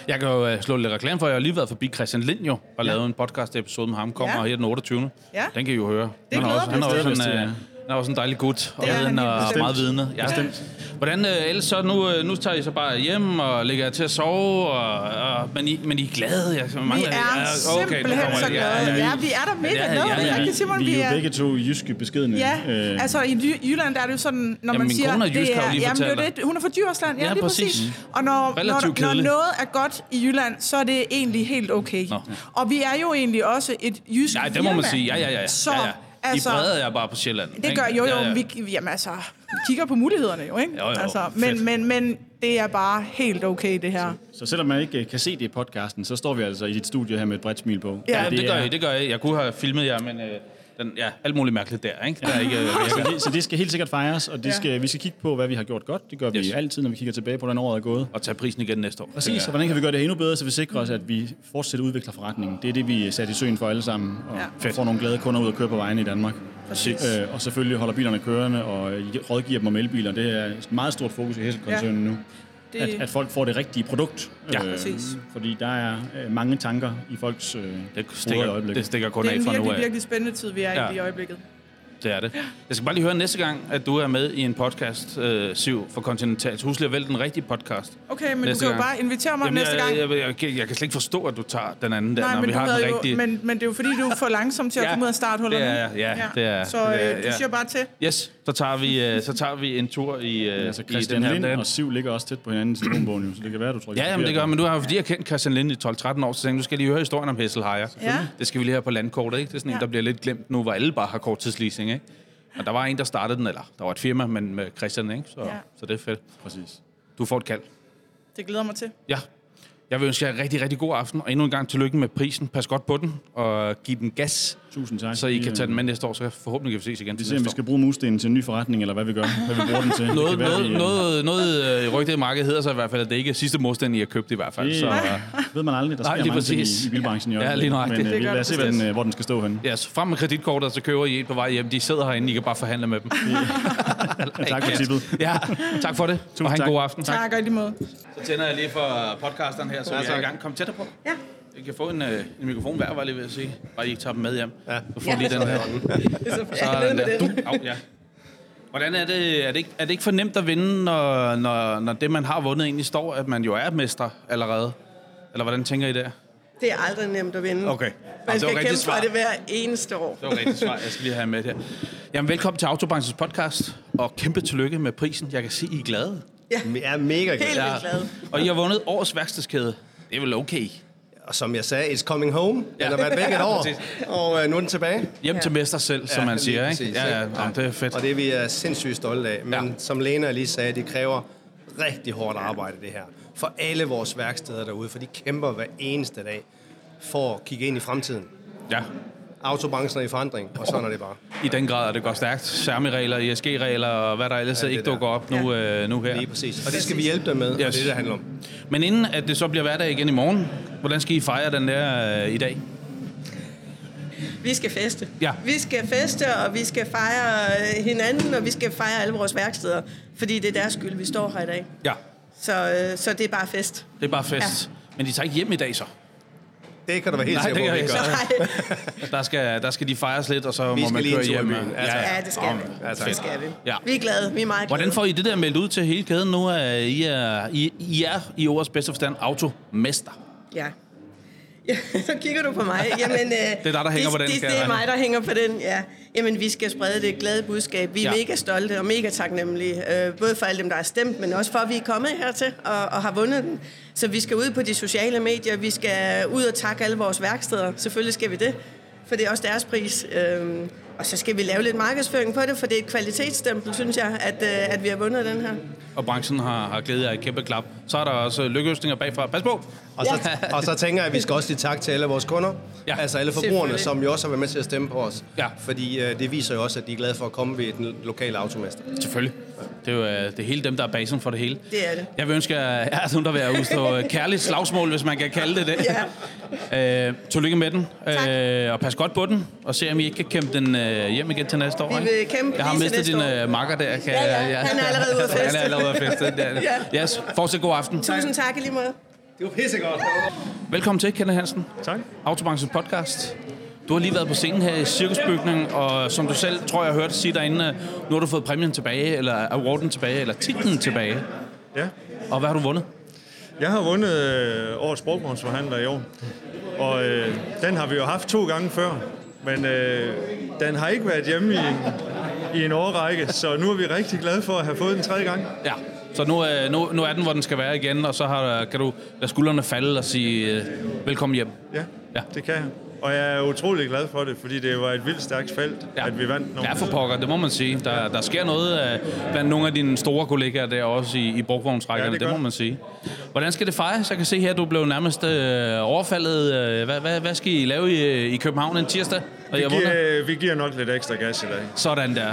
Jeg kan jo øh, slå lidt reklame for, jeg har lige været forbi Christian Lind jo, og ja. lavet en podcast episode med ham, kommer Ja. ja. her den 28. Ja. Den kan I jo høre. han har glæder også, vi han os er til. også, en, Det er øh, han han er også en dejlig gut, og, Det er han viden, helt og bestemt. meget vidende. Bestemt. Hvordan, øh, ellers så nu, øh, nu tager I så bare hjem og lægger jer til at sove, og, og, men, I, men I er glade. Jeg Vi er simpelthen så glade. Ja, vi er der mega glade. Det er rigtigt, Simon. vi, vi Vi er er- jo begge to jyske beskedende. Ja, øh, altså i Jy- Jylland, der er det jo sådan, når Jamen, man min siger... kone er jysk, det har jo lige jamen, det er jo fortalt det, hun er fra Djursland, ja, Ja, lige præcis. præcis. Mm. Og når, Relativt når, når kedeligt. noget er godt i Jylland, så er det egentlig helt okay. Nå. Og vi er jo egentlig også et jysk Nej, det må man firma. sige. Ja, ja, ja. ja. Så, ja, ja. I altså, breder jer bare på Sjælland. det gør ikke? jo, jo, Ja, ja. vi, jamen, altså, vi kigger på mulighederne jo, ikke? Jo, jo, altså, fedt. men, men, men det er bare helt okay, det her. Så selvom man ikke øh, kan se det i podcasten, så står vi altså i dit studie her med et bredt smil på. Ja, det, det gør er- jeg, det gør jeg. Jeg kunne have filmet jer, men øh, Den, ja, alt muligt mærkeligt der, ikke? Der er ikke, øh, øh, så, virker. det, så det skal helt sikkert fejres, og det Ja. skal, vi skal kigge på, hvad vi har gjort godt. Det gør vi Yes. altid, når vi kigger tilbage på, hvordan året er gået. Og tage prisen igen næste år. Præcis, og hvordan kan vi gøre det endnu bedre, så vi sikrer os, at vi fortsat udvikler forretningen. Det er det, vi er sat i søen for alle sammen, og ja. får nogle glade kunder ud og køre på vejene i Danmark. Præcis. Øh, og selvfølgelig holder bilerne kørende og øh, rådgiver dem om elbiler. Det er et meget stort fokus i Hesselkoncernen ja. nu. Det... Det- At, at folk får det rigtige produkt. Øh, Ja. Præcis. Fordi der er øh, mange tanker i folks øh, det stikker- det stikker kun Det er en virkelig, virkelig spændende tid, vi er Ja. ja. i i øjeblikket. Det er det. Jeg skal bare lige høre næste gang, at du er med i en podcast, øh, Siv, for Continentals. Husk lige at vælge den rigtige podcast. Okay, men Næste du gang. kan jo bare invitere mig næste gang. Jeg, jeg, jeg, jeg, jeg kan slet ikke forstå, at du tager den anden der, når men, vi du har den havde rigtige. jo, men, men det er jo fordi, du er for langsom til at Ja, komme ud af starthullerne. det er jeg. Ja, det er jeg. Så øh, Det er jeg, du ja. siger bare til. Yes, så tager vi, øh, så tager vi en tur i, øh, Altså i den Christian her Lind dag. og Siv ligger også tæt på hinanden i telefonbogen, jo, så det kan være, du trykker Ja, jamen, det gør men du har jo fordi jeg kendt Christian Lind i 12-13 år, så tænkte jeg, du skal lige høre historien om Hesselhejer. Ja. Det skal vi lige have på landkortet, ikke? Det er sådan en, Ja. der bliver lidt glemt nu, hvor alle bare har korttidsleasing, ikke? Og der var en, der startede den, eller der var et firma, men med Christian, ikke? Så, Ja. så det er fedt. Præcis. Du får et kald. Det glæder jeg mig til. Ja. Jeg vil ønske jer en rigtig, rigtig god aften, og endnu en gang tillykke med prisen. Pas godt på den, og giv den gas. Tusind tak. Så I Vi, kan øh, tage den med næste år, så forhåbentlig kan vi ses igen Vi til ser, om vi næste skal bruge murstenen til en ny forretning, eller hvad vi gør. Hvad vi bruger den til. Det Noget, kan være, noget, vi, øh, noget, noget øh, rygtet i markedet hedder så i hvert fald, at det ikke er sidste modstand, I har købt i hvert fald. Det Så, øh, ved man aldrig, der sker Nej, lige mange ting præcis. i, i bilbranchen i Ja, øjeblikket. lige nøjagtigt. Men øh, Det vi, lad gør det os se, hvad den, bestemt. øh, hvor den skal stå henne. Ja, så frem med kreditkortet, og så køber I et på vej hjem. De sidder herinde, I kan bare forhandle med dem. tak for tippet. Ja, tak for det. Tusind og have en god aften. Tak, og i lige måde. Så tænder jeg lige for podcasteren her, så Ja, vi er tak. i gang. Kom tættere på. Ja. I kan få en, øh, en mikrofon hver, var jeg lige ved at sige. Bare I ikke tager dem med hjem. Ja. Så får Ja. ja. lige den her. Det er så fedt. Så øh, Jeg glæder den mig der. til Du, au, ja. Hvordan er det, er det, ikke, er det ikke for nemt at vinde, når, når, når det, man har vundet, egentlig står, at man jo er mestre allerede? Eller hvordan tænker I der? Det er aldrig nemt at vinde. Okay. Jamen, Man det var skal rigtigt kæmpe svar. for det hver eneste år. Det var et rigtigt svar, jeg skal lige have med her. Jamen, velkommen til Autobranchens podcast, og kæmpe tillykke med prisen. Jeg kan se, I er glade. Ja. Jeg er mega glad. Helt vildt glade. Og I har vundet årets værkstedskæde. Det er vel okay? Og som jeg sagde, it's coming home. Ja. Den har været væk et Ja, år, præcis. og øh, nu er den tilbage. Hjem til mester selv, som man lige siger, ikke? præcis, Ja, ja, jamen, det er fedt. Og det er vi er sindssygt stolte af. Men ja. som Lena lige sagde, det kræver rigtig hårdt arbejde, det her. For alle vores værksteder derude, for de kæmper hver eneste dag for at kigge ind i fremtiden. Ja. Autobranchen er i forandring, og sådan er det bare. I den grad, at det går stærkt. Særmeregler, ESG-regler og hvad der ellers ja, det ikke der. dukker op nu, øh, nu her. Lige præcis. Og det skal vi hjælpe dem med, og det er det, det handler om. Men inden at det så bliver hverdag igen i morgen, hvordan skal I fejre den der øh, i dag? Vi skal feste. Ja. Vi skal feste, og vi skal fejre øh, hinanden, og vi skal fejre alle vores værksteder. Fordi det er deres skyld, vi står her i dag. Ja. Så, øh, så det er bare fest. Det er bare fest. Ja. Men de tager ikke hjem i dag, så? Det kan du være helt sikker på, Nej, at vi det ikke kan jeg ikke. Der skal, der skal de fejres lidt, og så Vi må skal man lige en køre tur i hjem. byen. Altså, Ja, det skal Nå, vi. men, Ja, tak. fedt. Det skal vi. Ja. Vi er glade. Vi er meget glade. Hvordan får I det der meldt ud til hele kæden nu, at I er, I, I er i ordets bedste forstand automester? Ja. ja. Så kigger du på mig. Jamen, øh, det dig, der hænger på den, Det, kan det jeg er mig, regne. der hænger på den, ja. Jamen, vi skal sprede det glade budskab. Vi er Ja. ja. mega stolte og mega taknemmelige. Øh, både for alle dem, der har stemt, men også for, at vi er kommet hertil og, og har vundet den. Så vi skal ud på de sociale medier. Vi skal ud og takke alle vores værksteder. Selvfølgelig skal vi det, for det er også deres pris. Øh, og så skal vi lave lidt markedsføring på det, for det er et kvalitetsstempel, synes jeg, at, øh, at vi har vundet den her. Og branchen har, har givet jer et kæmpe klap. Så er der også lykkeøsninger bagfra. Pas på! Og så, og så tænker jeg, at vi skal også sige tak til alle vores kunder, ja, altså alle forbrugerne, selvfølgelig. som jo også har været med til at stemme på os. Ja. Fordi øh, det viser jo også, at de er glade for at komme ved den lokale automester. Selvfølgelig. Det er jo øh, det er hele dem, der er basen for det hele. Det er det. Jeg vil ønske jer, at ja, der vil jeg udstå øh, kærligt slagsmål, hvis man kan kalde det det. Ja. Øh, tillykke med den, øh, og pas godt på den, og se om I ikke kan kæmpe den øh, hjem igen til næste år. Vi ikke? vil kæmpe Jeg har lige til mistet din næste år. øh, makker der. Kan, Ja, ja. Han er allerede ude at feste. Han er allerede ude at feste. Det er det. Ja. Yes, fortsat god aften. Tusind tak i lige måde. Det var pissegodt. Velkommen til, Kenneth Hansen. Tak. Autobranchens podcast. Du har lige været på scenen her i Cirkusbygningen, og som du selv tror, jeg hørte sige derinde, øh, nu har du fået præmien tilbage, eller awarden tilbage, eller titlen tilbage. Ja. Og hvad har du vundet? Jeg har vundet øh, årets brugbrunnsforhandler i år, og øh, den har vi jo haft to gange før, men øh, den har ikke været hjemme i en, i en årrække, så nu er vi rigtig glade for at have fået den tredje gang. Ja, så nu, øh, nu, nu er den, hvor den skal være igen, og så har, kan du lade skuldrene falde og sige øh, velkommen hjem. Ja, ja, det kan jeg. Og jeg er utrolig glad for det, fordi det var et vildt stærkt felt, ja. at vi vandt nogle Ja, for pokker, det må man sige. Der, der sker noget øh, blandt nogle af dine store kollegaer der også i, i brugvognsrækkerne, Ja, ja, det det, det gør må det. man sige. Hvordan skal det fejres? Jeg kan se her, du blev nærmest øh, overfaldet. Øh, hvad, hvad, hvad skal I lave i, i København en tirsdag? når I Vi har vundet? giver, vi giver nok lidt ekstra gas i dag. Sådan der.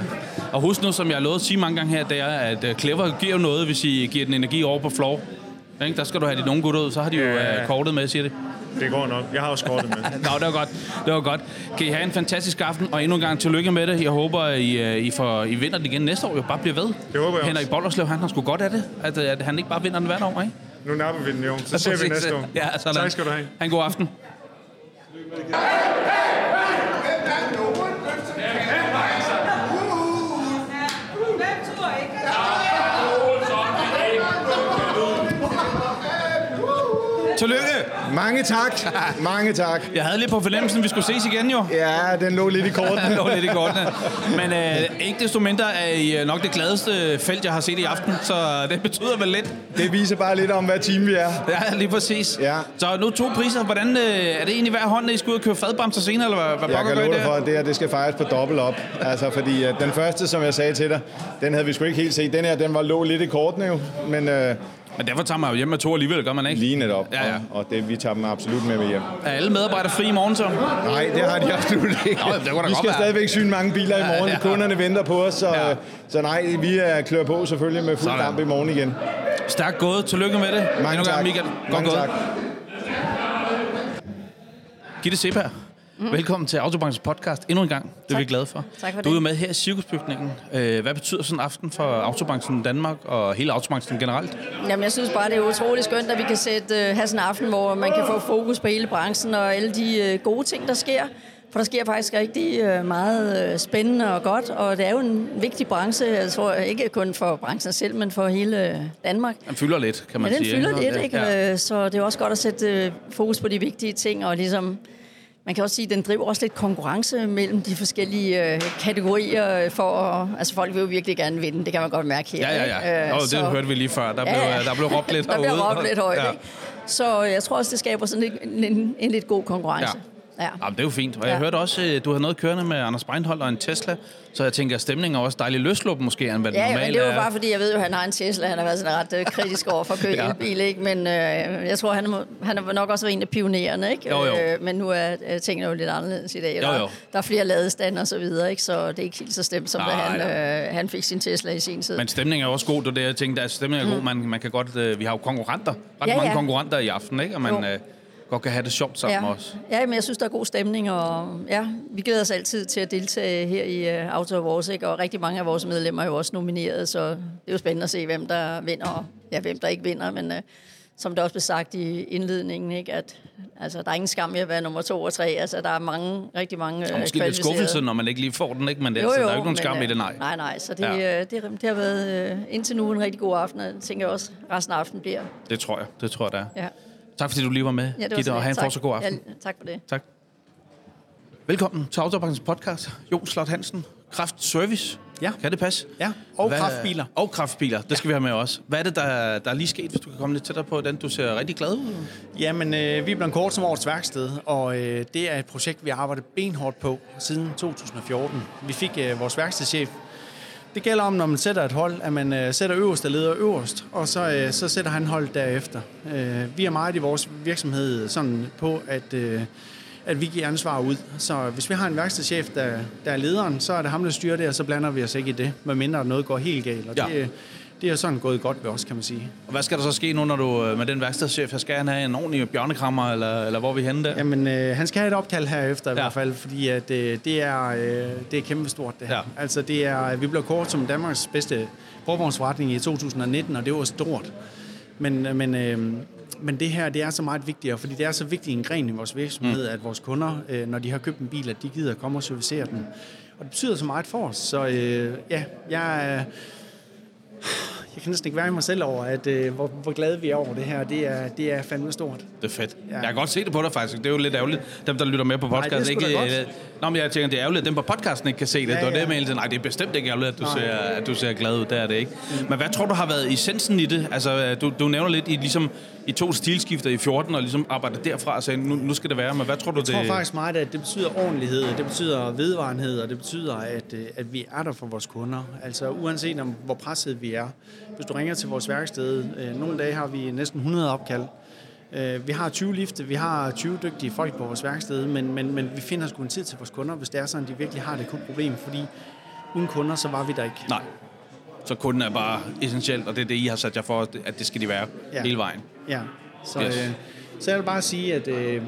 Og husk nu, som jeg har lovet at sige mange gange her, det er, at øh, Clever giver jo noget, hvis I giver den energi over på floor. Ikke? Der skal du have dit unge gut ud, så har de jo Ja. øh, kortet med, siger det. Det går nok. Jeg har også kortet med. Nå, det var godt. Det var godt. Kan I have en fantastisk aften, og endnu en gang tillykke med det. Jeg håber, I, øh, I, får, I vinder det igen næste år. Jeg bare bliver ved. Det håber jeg Henrik også. Bollerslev, han har sgu godt af det. At, øh, at han ikke bare vinder den hvert år, ikke? Nu napper vi den jo. Så ser vi Præcis. næste år. Ja, sådan. Tak skal du have. Ha' en god aften. Tillykke! Mange tak. Mange tak. Jeg havde lidt på fornemmelsen, at vi skulle ses igen jo. Ja, den lå lidt i kortene. Det var lidt i kortene. Men øh, ikke desto mindre er I øh, nok det gladeste felt, jeg har set i aften, så det betyder vel lidt. Det viser bare lidt om, hvad team vi er. Ja, lige præcis. Ja. Så nu to priser. Hvordan, øh, er det egentlig hver hånd, at I skal ud og købe fadbamser senere, eller hvad, hvad Jeg pokker kan love gør I dig der? for, at det her det skal fejres på dobbelt op. Altså, fordi at den første, som jeg sagde til dig, den havde vi sgu ikke helt set. Den her, den var lå lidt i kortene jo, men... Øh, men derfor tager man jo hjem med to alligevel, gør man ikke? Lige netop, ja, ja. og, og det, vi tager dem absolut med med hjem. Er alle medarbejdere fri i morgen, så? Nej, det har de absolut ikke. Nå, det kunne vi da godt skal være. stadigvæk syne mange biler i Ja, morgen. ja. Kunderne venter på os, så, ja. så nej, vi er klør på selvfølgelig med fuld damp i morgen igen. Stærkt gået. Tillykke med det. Mange Endnu en gang, tak. Michael. Godt Mange gået. tak. Gitte Seberg, mm. velkommen til Autobranchens podcast endnu en gang. Det er vi glade for. Tak for du er det. jo med her i Cirkusbygningen. Øh, Hvad betyder sådan en aften for Autobranchen Danmark og hele Autobranchen generelt? Jamen, jeg synes bare, det er utroligt skønt, at vi kan sætte, øh, have sådan en aften, hvor man kan få fokus på hele branchen og alle de øh, gode ting, der sker. For der sker faktisk rigtig øh, meget øh, spændende og godt, og det er jo en vigtig branche, jeg tror ikke kun for branchen selv, men for hele øh, Danmark. Den fylder lidt, kan man ja, den sige. fylder lidt, ikke? Ja. Ja. Så det er også godt at sætte øh, fokus på de vigtige ting, og ligesom, man kan også sige, at den driver også lidt konkurrence mellem de forskellige øh, kategorier, for at, altså folk vil jo virkelig gerne vinde, det kan man godt mærke her. Ja, ja, ja. ikke? Øh, oh, det så- hørte vi lige før. Der Ja, blev, ja. Der blev råbt lidt der bliver herude. råbt lidt højt, ja. ikke? Så øh, jeg tror også, det skaber sådan lidt, en, en, en lidt god konkurrence. Ja. ja. Jamen, det er jo fint. Og jeg Ja. hørte også, øh, du havde noget kørende med Anders Breinholt og en Tesla, så jeg tænker, at stemningen er også dejlig løsluppen måske, end hvad den Ja, men normalt det er jo er. bare fordi, jeg ved jo, at han har en Tesla, han har været sådan ret øh, kritisk over for at køre Ja. ja. elbil, ikke? men øh, jeg tror, han, må- han har nok også været en af pionererne, ikke? Jo, jo. Øh, men nu er øh, tingene jo lidt anderledes i dag. Jo, Der- jo. Der er flere ladestand og så videre, ikke? så det er ikke helt så stemt, som da Nej, han, øh, han fik sin Tesla i sin tid. Men stemningen er også god, det er det, jeg tænkte, at stemningen er god. Mm. Man, man kan godt, øh, vi har jo konkurrenter, ret Ja, mange ja. konkurrenter i aften, ikke? og man Jo. øh, godt kan have det sjovt sammen ja. Øh, også. Ja, men jeg synes, der er god stemning, og ja, vi glæder os altid til at deltage her i uh, Auto Awards, ikke? og rigtig mange af vores medlemmer er jo også nomineret, så det er jo spændende at se, hvem der vinder, og ja, hvem der ikke vinder, men uh, som der også blev sagt i indledningen, ikke? at altså, der er ingen skam i at være nummer to og tre, altså der er mange, rigtig mange Og øh, måske lidt kvalificerede. skuffelse, når man ikke lige får den, ikke? men det, jo, Jo, altså, der jo, er jo ikke nogen men, skam i øh, det, nej. Nej, nej, så det, øh, Ja. ja. det, det har været øh, indtil nu en rigtig god aften, og jeg tænker også, resten af aftenen bliver. Det tror jeg, det tror jeg, der er. Ja. Tak fordi du lige var med, Ja, det var Gitte, så og lidt. have en Tak. fortsat god aften. Ja, tak for det. Tak. Velkommen til Autobankens podcast. Jo Slot Hansen, Kraft Service. Ja. Kan det passe? Ja, og kraftbiler. Og kraftbiler, det skal vi have med også. Hvad er det, der, der er lige sket, hvis du kan komme lidt tættere på den? Du ser rigtig glad ud. Jamen, øh, vi er blevet kort som årets værksted, og øh, det er et projekt, vi har arbejdet benhårdt på siden 2014. Vi fik øh, vores værkstedschef. Det gælder om, når man sætter et hold, at man øh, sætter øverste leder øverst, og så, øh, så sætter han hold derefter. Øh, vi er meget i vores virksomhed sådan på, at, øh, at vi giver ansvar ud. Så hvis vi har en værkstedschef, der, der er lederen, så er det ham, der styrer det, og så blander vi os ikke i det, medmindre noget går helt galt. Og Ja. ja. det, øh, det er sådan gået godt ved os, kan man sige. Og hvad skal der så ske nu, når du øh, med den værkstedschef? her? Skal han have en ordentlig bjørnekrammer, eller, eller hvor er vi henne der? Jamen, øh, han skal have et opkald herefter i hvert fald, fordi at, øh, det, er, øh, det er kæmpestort det her. Ja. Altså, det er, vi blev kåret som Danmarks bedste brugvognsforretning i 2019, og det var stort. Men, øh, men, øh, men det her, det er så meget vigtigere, fordi det er så vigtig en gren i vores virksomhed, mm. at vores kunder, øh, når de har købt en bil, at de gider komme og servicere den. Og det betyder så meget for os, så øh, ja, jeg er... Jeg kan næsten ikke være i mig selv over, at, øh, hvor, hvor glade vi er over det her. Det er, det er fandme stort. Det er fedt. Ja. Ja. Jeg kan godt se det på dig faktisk. Det er jo lidt ærgerligt, dem der lytter med på Nej, det er podcasten. sgu da ikke, godt. øh, Nå, men jeg tænker, det er ærgerligt, at dem på podcasten ikke kan se det. Ja, Ja, det var ja. det, med Nej, det er bestemt ikke ærgerligt, at du, Nej. ser, at du ser glad ud. Det er det ikke. Men hvad tror du har været essensen i det? Altså, øh, du, du nævner lidt, I ligesom i to stilskifter i 14 og ligesom arbejder derfra og sagde, nu, nu skal det være, men hvad tror du, Jeg tror det... faktisk meget, at det betyder ordentlighed, det betyder vedvarenhed, og det betyder, at, øh, at vi er der for vores kunder. Altså uanset om, hvor presset vi er. Hvis du ringer til vores værksted, øh, nogle dage har vi næsten 100 opkald. Øh, vi har 20 lifte, vi har 20 dygtige folk på vores værksted, men, men, men vi finder sgu en tid til vores kunder, hvis det er sådan, de virkelig har det kun problem, fordi uden kunder, så var vi der ikke. Nej. Så kunden er bare essentielt, og det er det, I har sat jer for, at det skal de være Ja. ja. hele vejen. Ja, så, Yes. øh, så jeg vil bare sige, at øh,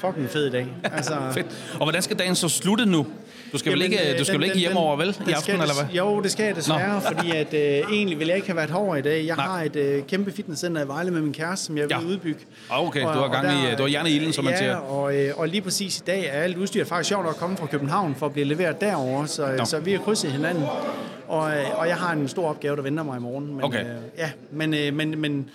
fucking fed dag. Altså, øh, Fedt. Og hvordan skal dagen så slutte nu? Du skal vel ikke, du skal vel ikke hjem over, vel? I aften, eller hvad? Jo, det skal jeg desværre, Nå. fordi at, øh, egentlig ville jeg ikke have været hård i dag. Jeg Nej. har et øh, kæmpe fitnesscenter i Vejle med min kæreste, som jeg vil ja. udbygge. Okay, du har gang i, øh, du har jern i ilden, som ja, man siger. og, øh, og lige præcis i dag er alt udstyr faktisk sjovt at komme fra København for at blive leveret derover, så, Nå. øh, så vi er krydset hinanden. Og, øh, og jeg har en stor opgave, der venter mig i morgen. Men, Okay. øh, ja, men, øh, men, men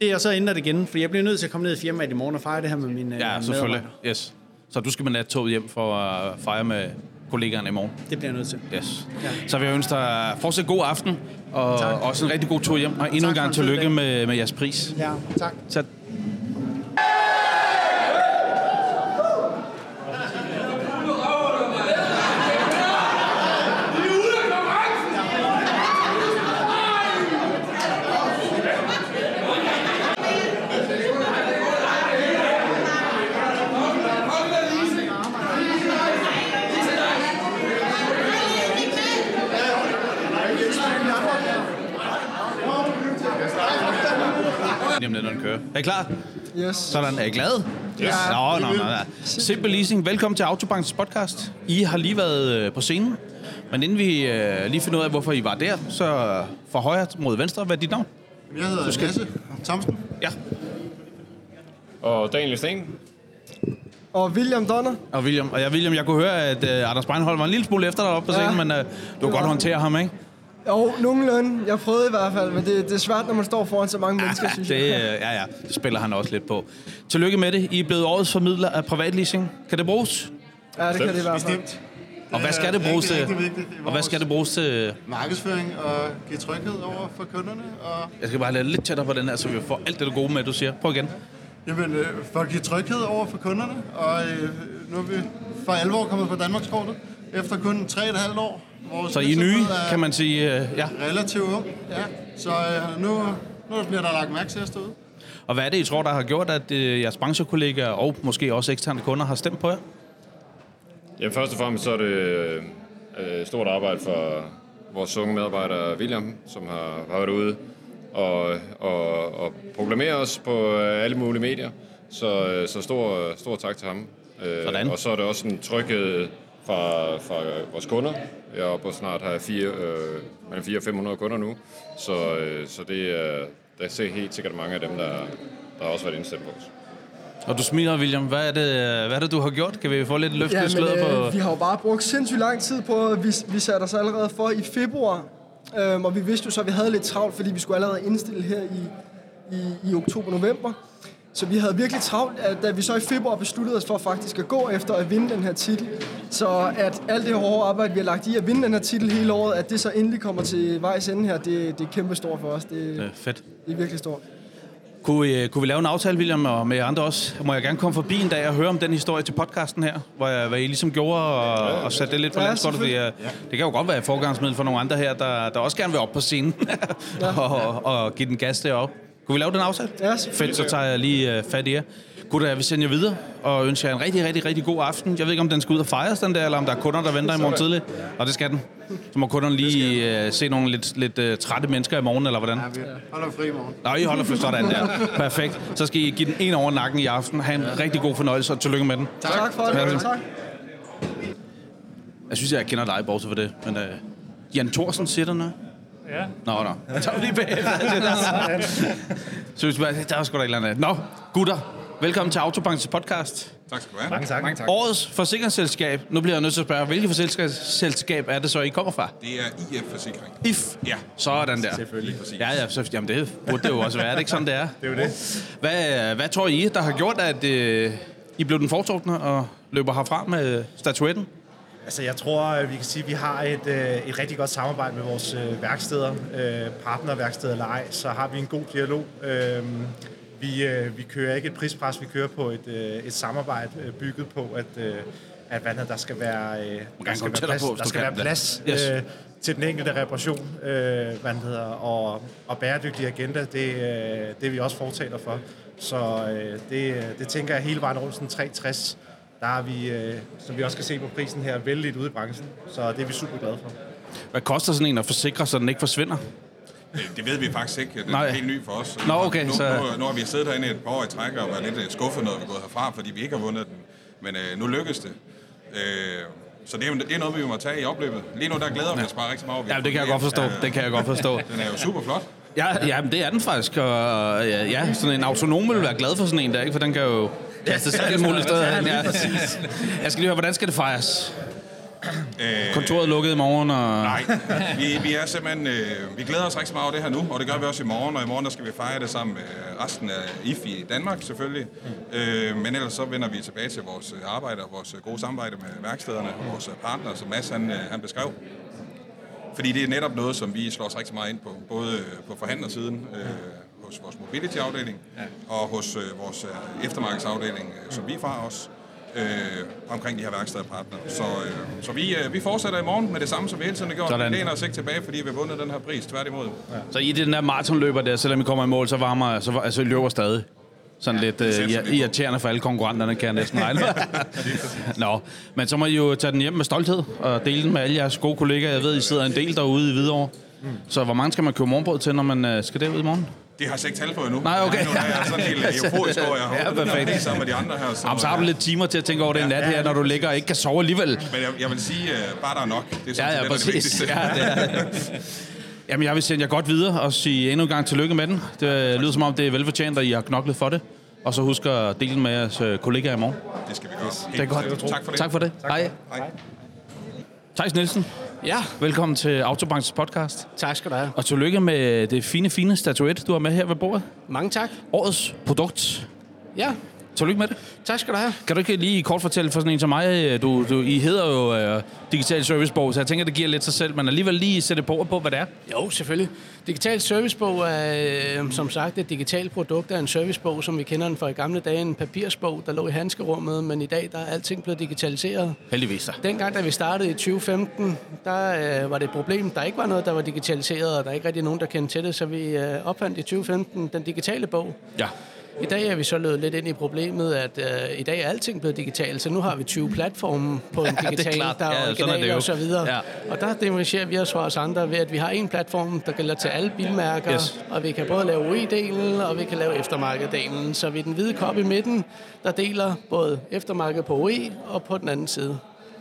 det er så ændret igen, for jeg bliver nødt til at komme ned i firmaet i morgen og fejre det her med mine øh, Ja, selvfølgelig. Yes. Så du skal med nattoget hjem for at fejre med kollegaerne i morgen. Det bliver jeg nødt til. Yes. Så vil jeg ønske dig fortsat god aften, og tak. også en rigtig god tur hjem. Og endnu en gang tillykke med, med jeres pris. Ja, tak. Så lige om lidt, når den kører. Er I klar? Yes. Sådan, er I glade? Ja. Nå, nå, nå, nå. Simpel Leasing, velkommen til Autobankens podcast. I har lige været øh, på scenen, men inden vi øh, lige finder ud af, hvorfor I var der, så øh, fra højre mod venstre, hvad er dit navn? Jeg hedder Du skal- Lasse Thomsen. Ja. Og Daniel Sten. Og William Donner. Og William, og jeg, William, jeg kunne høre, at øh, Anders Breinholt var en lille smule efter dig oppe på scenen, ja. men øh, du kan godt håndtere ham, ikke? Jo, nogenlunde. Jeg prøvede i hvert fald, men det, det er svært, når man står foran så mange mennesker, synes Det, øh, jeg. ja, ja, det spiller han også lidt på. Tillykke med det. I er blevet årets formidler af privatleasing. Kan det bruges? Ja, det kan det i hvert fald. Bestemt. Og hvad skal det bruges rigtig, til? rigtig vigtigt i Og hvad skal det bruges til? Markedsføring og give tryghed over for kunderne. Og, Jeg skal bare lade lidt tættere på den her, så vi får alt det der gode med, du siger. Prøv igen. jamen, øh, for at give tryghed over for kunderne. Og øh, nu er vi for alvor kommet på Danmarkskortet efter kun 3,5 år. Vores Så I er virksomhed nye, er kan man sige. øh, Ja. Relativt ung, ja. Så øh, nu, nu bliver der lagt mærke til at stå ud. Og hvad er det, I tror, der har gjort, at øh, jeres branchekollegaer og måske også eksterne kunder har stemt på jer? Ja, først og fremmest så er det øh, øh, stort arbejde for vores unge medarbejder William, som har, har været ude og, og, og proklamere os på øh, alle mulige medier. Så, øh, så stor, stor tak til ham. Øh, Sådan. Og så er det også en tryghed fra, fra vores kunder. Jeg er oppe på snart har fire, øh, mellem 400 og 500 kunder nu, så, øh, så det er, der ser helt sikkert mange af dem, der, der har også været indstillet på os. Og du smiler, William. Hvad er det, øh, hvad er det du har gjort? Kan vi få lidt løftet ja, men, sløret på... øh, vi har jo bare brugt sindssygt lang tid på, vi, vi satte os allerede for i februar. Øhm, og vi vidste jo så, at vi havde lidt travlt, fordi vi skulle allerede indstille her i, i, i oktober-november. Så vi havde virkelig travlt, at da vi så i februar besluttede os for faktisk at gå efter at vinde den her titel, så at alt det hårde arbejde, vi har lagt i at vinde den her titel hele året, at det så endelig kommer til vejs ende her, det, det er kæmpe stort for os. Det, Øh, fedt. det er virkelig stort. Kunne vi, øh, kunne vi lave en aftale, William, og med jer andre også? Må jeg gerne komme forbi en dag og høre om den historie til podcasten her? Hvor jeg, hvad I ligesom gjorde, og, og satte det lidt på Ja, ja, landskortet? Det, er- det kan jo godt være et forgangsmiddel for nogle andre her, der, der også gerne vil op på scenen og, og, og give den gas deroppe. Kunne vi lave den aftale? Ja, Fedt, så tager jeg lige øh, fat i jer. Kunne jeg vil sende jer videre og ønske jer en rigtig, rigtig, rigtig god aften. Jeg ved ikke, om den skal ud og fejres, den der, eller om der er kunder, der venter i morgen Sådan. tidlig. Og det skal den. Så må kunderne lige øh, se nogle lidt, lidt øh, trætte mennesker i morgen, eller hvordan? Holder fri i morgen. Nå, I holder for sådan der. Perfekt. Så skal I give den en over nakken i aften. Ha' en rigtig god fornøjelse, og tillykke med den. Tak, tak for det. Velkommen. Tak. Jeg synes, jeg kender dig, Borgse, for det. Men uh, Jan Thorsen siger der noget? Ja. Nå, nå. Jeg tager lige bagefter. Synes, man, der er sgu da et eller andet. Nå, gutter. Velkommen til Autobanks podcast. Tak skal du have. Mange tak. Mange Årets forsikringsselskab. Nu bliver jeg nødt til at spørge, hvilket forsikringsselskab er det så, I kommer fra? Det er IF Forsikring. IF? Ja. Sådan der. Selvfølgelig. Ja, ja, så, jamen det burde det jo også være. Er det ikke sådan, det er? Det er jo det. Hvad, hvad tror I, der har gjort, at øh, I blev den fortrukne og løber herfra med statuetten? Altså, jeg tror, at vi kan sige, at vi har et, øh, et rigtig godt samarbejde med vores øh, værksteder, øh, partnerværksteder eller ej, så har vi en god dialog. Øh, vi, øh, vi kører ikke et prispres, vi kører på et, øh, et samarbejde øh, bygget på, at, øh, at hvad hedder, der skal være, øh, der gerne skal komme være tættere plads, på, hvis der du skal kan være det. plads Yes. øh, til den enkelte reparation, øh, hvad den hedder, og, og bæredygtig agenda, det, øh, det er vi også fortaler for. Så øh, det, øh, det tænker jeg hele vejen rundt, sådan 360, der er vi, øh, som vi også kan se på prisen her, vældig ude i branchen. Så det er vi super glade for. Hvad koster sådan en at forsikre, så den ikke forsvinder? Øh, Det ved vi faktisk ikke. Den Nej. er helt ny for os. Nå, okay, Nu, så- nu, nu har vi siddet herinde et par år i træk og været lidt øh, skuffet, når vi er gået herfra, fordi vi ikke har vundet den. Men øh, nu lykkes det. Øh, så det er, jo- det er noget, vi må tage i opløbet. Lige nu, der glæder vi os bare rigtig meget over. at vi Ja, har det kan jeg fået godt forstå. den. Det kan jeg godt forstå. Den er jo super flot. Ja, ja men det er den faktisk. Og, øh, ja, ja, sådan en autonom vil være glad for sådan en der, ikke? for den kan jo kaste sig alle mulige steder hen. Ja. Jeg skal lige høre, hvordan skal det fejres? Kontoret er lukket i morgen, og... Nej, vi, vi er simpelthen... Øh, vi glæder os rigtig meget over det her nu, og det gør vi også i morgen. Og i morgen der skal vi fejre det sammen med øh, resten af IFI i Danmark, selvfølgelig. Øh, men ellers så vender vi tilbage til vores øh, arbejde og vores øh, gode samarbejde med værkstederne og vores øh, partnere, som Mads han, øh, han beskrev. Fordi det er netop noget, som vi slår os rigtig meget ind på, både øh, på forhandlersiden, øh, hos vores mobility-afdeling, og hos øh, vores øh, eftermarkedsafdeling, øh, som vi er fra os, øh, omkring de her værkstedpartnere. Så, øh, så vi, øh, vi fortsætter i morgen med det samme, som vi hele tiden har gjort. Sådan. Vi læner os ikke tilbage, fordi vi har vundet den her pris, tværtimod. Ja. Så i den der maratonløber der, selvom I kommer i mål, så varmer, så, altså, I løber stadig. Sådan ja, lidt satser uh, vi på. irriterende for alle konkurrenterne, kan jeg næsten regne med. Nå, men så må I jo tage den hjem med stolthed og dele den med alle jeres gode kollegaer. Jeg ved, I sidder en del derude i Hvidovre. Så hvor mange skal man købe morgenbrød til, når man øh, skal derud i morgen? Det har jeg slet ikke tal på endnu. Nej, okay. Nu er jeg sådan helt øh, euforisk over, jeg har Ja, ja, vundet den her perfekt. pris sammen med de andre her. øh, Jamen, så har du lidt timer til at tænke over det en nat her, når du ligger og ikke kan sove alligevel. Men jeg, jeg vil sige, øh, bare der er nok. Det er sådan Ja, set ja, det, der er det præcis. vigtigste. Ja, det er. Jamen, jeg vil sende jer godt videre og sige endnu en gang tillykke med den. Det øh, lyder som om, det er velfortjent, og I har knoklet for det. Og så husk at dele den med jeres øh, kollegaer i morgen. Det skal vi gøre. Det er godt. Tak for det. Tak for det. Hej. Hej. Thijs Nielsen. Ja. Velkommen til Autobankens podcast. Tak skal du have. Og tillykke med det fine, fine statuette, du har med her ved bordet. Mange tak. Årets produkt. Ja, Tillykke med det. Tak skal du have. Kan du ikke lige kort fortælle for sådan en som mig, øh, du, du, I hedder jo øh, Digital Servicebog, så jeg tænker, det giver lidt sig selv, men alligevel lige sætte på på, hvad det er. Jo, selvfølgelig. Digital servicebog er øh, som sagt et digitalt produkt af en servicebog, som vi kender den fra i gamle dage. En papirsbog, der lå i handskerummet, men i dag der er alting blevet digitaliseret. Heldigvis så. Dengang, da vi startede i 2015, der øh, var det et problem. Der ikke var noget, der var digitaliseret, og der er ikke rigtig nogen, der kendte til det. Så vi øh, opfandt i 2015 den digitale bog. Ja. I dag er vi så løbet lidt ind i problemet, at øh, i dag er alting blevet digitalt, så nu har vi 20 platforme på en Ja, det er digital, klart. der Ja, er sådan er det originale jo. og så videre. Ja. Og der demonstrerer vi os fra os andre ved, at vi har en platform, der gælder til alle bilmærker, Yes. og vi kan både lave OE-delen, og vi kan lave eftermarkeddelen. Så vi er den hvide kop i midten, der deler både eftermarked på OE og på den anden side.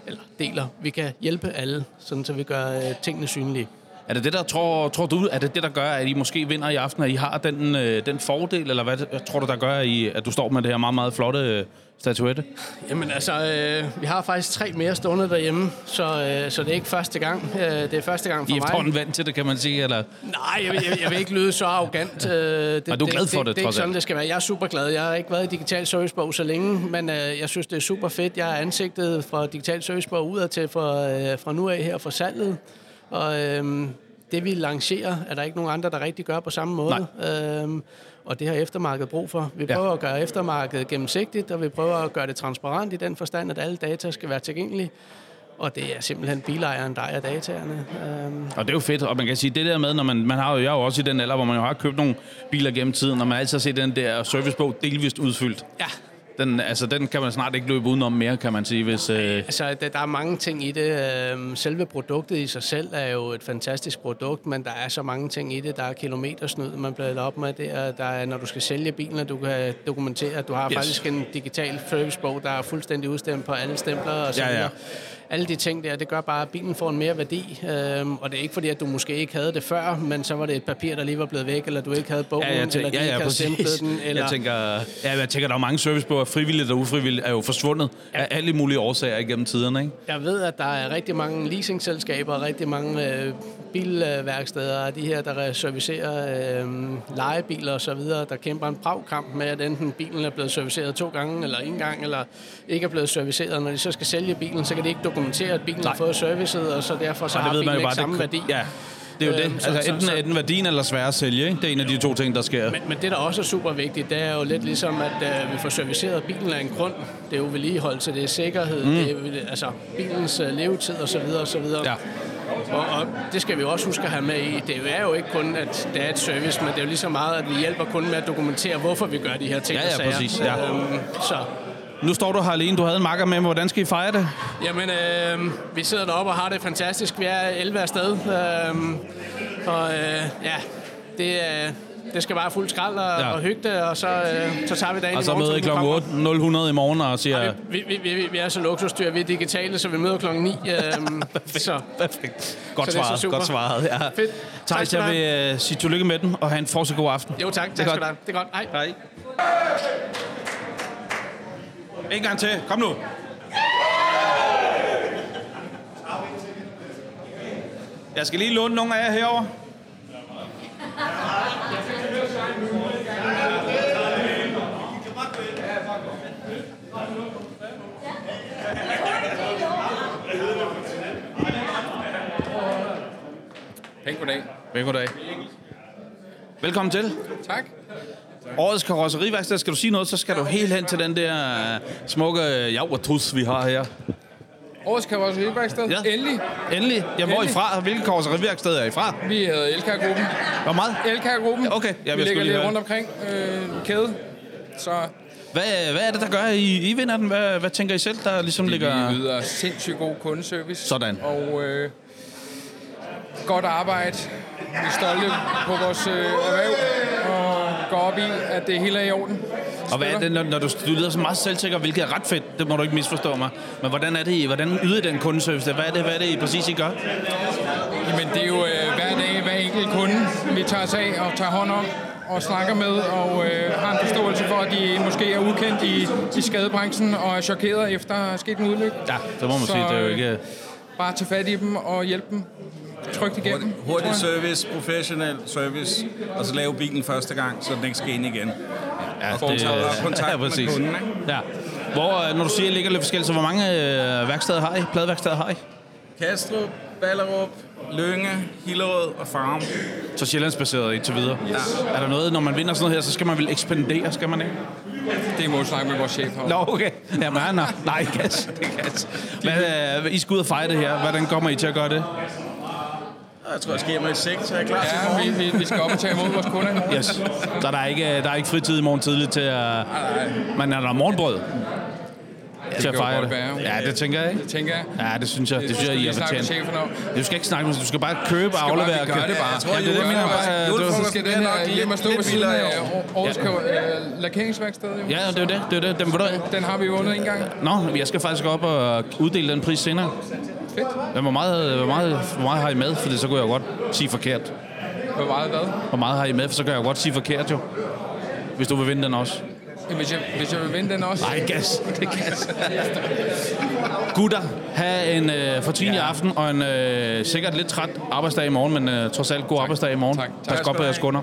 Eller deler. Vi kan hjælpe alle, sådan så vi gør øh, tingene synlige. Er det det, der tror, tror du, er det det, der gør, at I måske vinder i aften, at I har den, øh, den fordel, eller hvad hvad tror du, der gør, at, I, at du står med det her meget, meget flotte øh, statuette? Jamen altså, øh, vi har faktisk tre mere stående derhjemme, så, øh, så det er ikke første gang. Øh, det er første gang for I er mig. efterhånden vant til det, kan man sige, eller? Nej, jeg, jeg, jeg vil ikke lyde så arrogant. Øh, det, Men du er glad for det, det, det er ikke trods sådan, alt. det skal være. Jeg er super glad. Jeg har ikke været i Digital Servicebog så længe, men øh, jeg synes, det er super fedt. Jeg er ansigtet fra Digital Servicebog udadtil fra, øh, fra nu af her for salget. Og øh, det, vi lancerer, er der ikke nogen andre, der rigtig gør på samme måde. Øh, og det har eftermarkedet brug for. Vi prøver ja. at gøre eftermarkedet gennemsigtigt, og vi prøver at gøre det transparent i den forstand, at alle data skal være tilgængelige. Og det er simpelthen bilejeren, der ejer dataerne. Øh, Og det er jo fedt, og man kan sige, det der med, når man, man har jo, jeg er jo også i den alder, hvor man jo har købt nogle biler gennem tiden, og man har altid set den der servicebog delvist udfyldt. Ja. Den, altså, den kan man snart ikke løbe udenom mere, kan man sige, hvis... Øh, Altså, der, der er mange ting i det. Øhm, Selve produktet i sig selv er jo et fantastisk produkt, men der er så mange ting i det. Der er kilometersnyd, man bliver op med det, og der er, når du skal sælge bilen, og du kan dokumentere, at du har Yes. yes. faktisk en digital servicebog, der er fuldstændig udstemt på alle stempler og så Ja, ja. videre. Alle de ting der, det gør bare, at bilen får en mere værdi. Øhm, og det er ikke fordi, at du måske ikke havde det før, men så var det et papir, der lige var blevet væk, eller du ikke havde bogen, Ja, jeg eller tænker, de ja, ikke ja, havde stemplet præcis. den. Eller... Jeg tænker, ja, jeg tænker, der er mange servicebøger, frivilligt og ufrivilligt, er jo forsvundet ja. af alle mulige årsager igennem tiderne, ikke? Jeg ved, at der er rigtig mange leasingselskaber, og rigtig mange øh, bilværksteder, og de her, der servicerer øh, legebiler og så videre, der kæmper en brav kamp med, at enten bilen er blevet serviceret to gange, eller en gang, eller ikke er blevet serviceret. Når de så skal sælge bilen, så kan de ikke dokumentere, at bilen har fået servicet, og så derfor så Og det har ved bilen man jo ikke bare, samme det- værdi. Øh, ja. Det er jo øhm, det. Altså, så, enten, så, enten værdien eller svære at sælge, ikke? Det er en af de to ting, der sker. Men, men det, der også er super vigtigt, det er jo lidt ligesom, at øh, vi får serviceret bilen af en grund. Det er jo vedligeholdelse, det er sikkerhed, mm. det er altså, bilens øh, levetid osv. osv. Ja. Og, og det skal vi også huske at have med i. Det er jo ikke kun, at det er et service, men det er jo lige så meget, at vi hjælper kunden med at dokumentere, hvorfor vi gør de her ting. Ja, ja, præcis. Ja. Øhm, så nu står du her alene. Du havde en makker med. Hvordan skal I fejre det? Jamen, øh, vi sidder deroppe og har det fantastisk. Vi er 11 afsted. Øh, og øh, ja, det, øh, det skal bare fuld skrald og, ja. og hygge det, og så, øh, så tager vi dagen Og så møder I kl. 8.00 i morgen og siger... Ja, vi, vi, vi, vi, er så luksusdyr, vi er digitale, så vi møder klokken 9. Øh, perfekt, så. perfekt. Godt så svaret, godt svaret. Ja. Fedt. Thijs, jeg vil uh, sige tillykke med den, og have en fortsat god aften. Jo tak, tak det er skal du have. Det er godt. Hej. Hej. En gang til. Kom nu. Jeg skal lige låne nogle af jer herover. Pæn goddag. Pæn goddag. Velkommen til. Tak. Årets karosseriværksted, skal du sige noget, så skal ja, du helt hen til den der øh, smukke javertus, vi har her. Årets karosseriværksted? Ja. Endelig. Endelig? Ja, hvor Endelig. I fra? Hvilke karosseriværksted er I fra? Vi hedder Elkar-gruppen. Hvor meget? Elkar-gruppen. Ja, okay, jeg vi ligger lidt rundt omkring øh, kæde. Så hvad, hvad er det, der gør, at I, I vinder den? Hvad, hvad tænker I selv, der ligesom det, ligger... Vi yder sindssygt god kundeservice. Sådan. Og øh, godt arbejde. Vi er stolte på vores øh, erhverv. Og går op i, at det hele er i orden. Støtter. Og hvad er det, når, når du, du lyder så meget selvsikker, hvilket er ret fedt, det må du ikke misforstå mig, men hvordan er det, I, hvordan yder den kundeservice? Der? Hvad er det, hvad er det I præcis, I gør? Jamen, det er jo øh, hver dag, hver enkelt kunde, vi tager os af og tager hånd om og snakker med, og øh, har en forståelse for, at de måske er ukendt i, i skadebranchen og er chokeret efter at have sket en ulykke. øh, Ja, det må man så, sige, det er jo ikke... Bare tage fat i dem og hjælpe dem trygt igennem. Hurtig, hurtig service, professionel service, og så lave bilen første gang, så den ikke skal ind igen. Ja, og det, og kontakt ja, præcis. med kunden. Ikke? Ja. Hvor, øh, når du siger, at ligger lidt forskelligt, så hvor mange øh, værksteder har I? Pladeværksteder har I? Kastrup, Ballerup, Lønge, Hillerød og Farum. Så Sjællandsbaseret indtil videre. Yes. Ja. Er der noget, når man vinder sådan noget her, så skal man vel ekspandere, skal man ikke? Det må du snakke med vores chef her. Nå, okay. Jamen, nej, nej, nej, gas. Det er gas. Hvad, øh, I skal ud og fejre det her. Hvordan kommer I til at gøre det? Jeg tror, jeg skal hjem og i seng, så jeg er klar ja, til morgen. Vi, vi, vi skal op og tage imod vores kunder i morgen. Yes. Så der er, ikke, der er ikke fritid i morgen tidligt til at... Nej, nej. Men er der morgenbrød? Ja, til at fejre det. Ja, det tænker jeg, ikke? Det tænker jeg. Ja, det synes jeg, det, det synes jeg, I er fortjent. Du skal ikke snakke med du skal bare købe og aflevere. Bare, vi gør det bare. Jeg tror, ja, det er det, mener bare. Julefrokost skal den her hjem og stå ved siden af Aarhus øh, Lakeringsværksted. Ja, det er det. Det er det. Den, du, den har vi vundet en gang. Nå, jeg skal faktisk op og uddele den pris senere. Fedt. Men hvor meget, hvor, meget, hvor meget har I med? Fordi så kunne jeg godt sige forkert. Hvor meget hvad? Hvor meget har I med? For så kan jeg godt sige forkert jo. Hvis du vil vinde den også. Hvis jeg, hvis jeg vil vinde den også. Nej, gas. Det er gas. Gutter, have en øh, fortrinlig ja. aften og en øh, sikkert lidt træt arbejdsdag i morgen, men øh, trods alt god tak. arbejdsdag i morgen. Tak. tak. Pas godt på jeres kunder.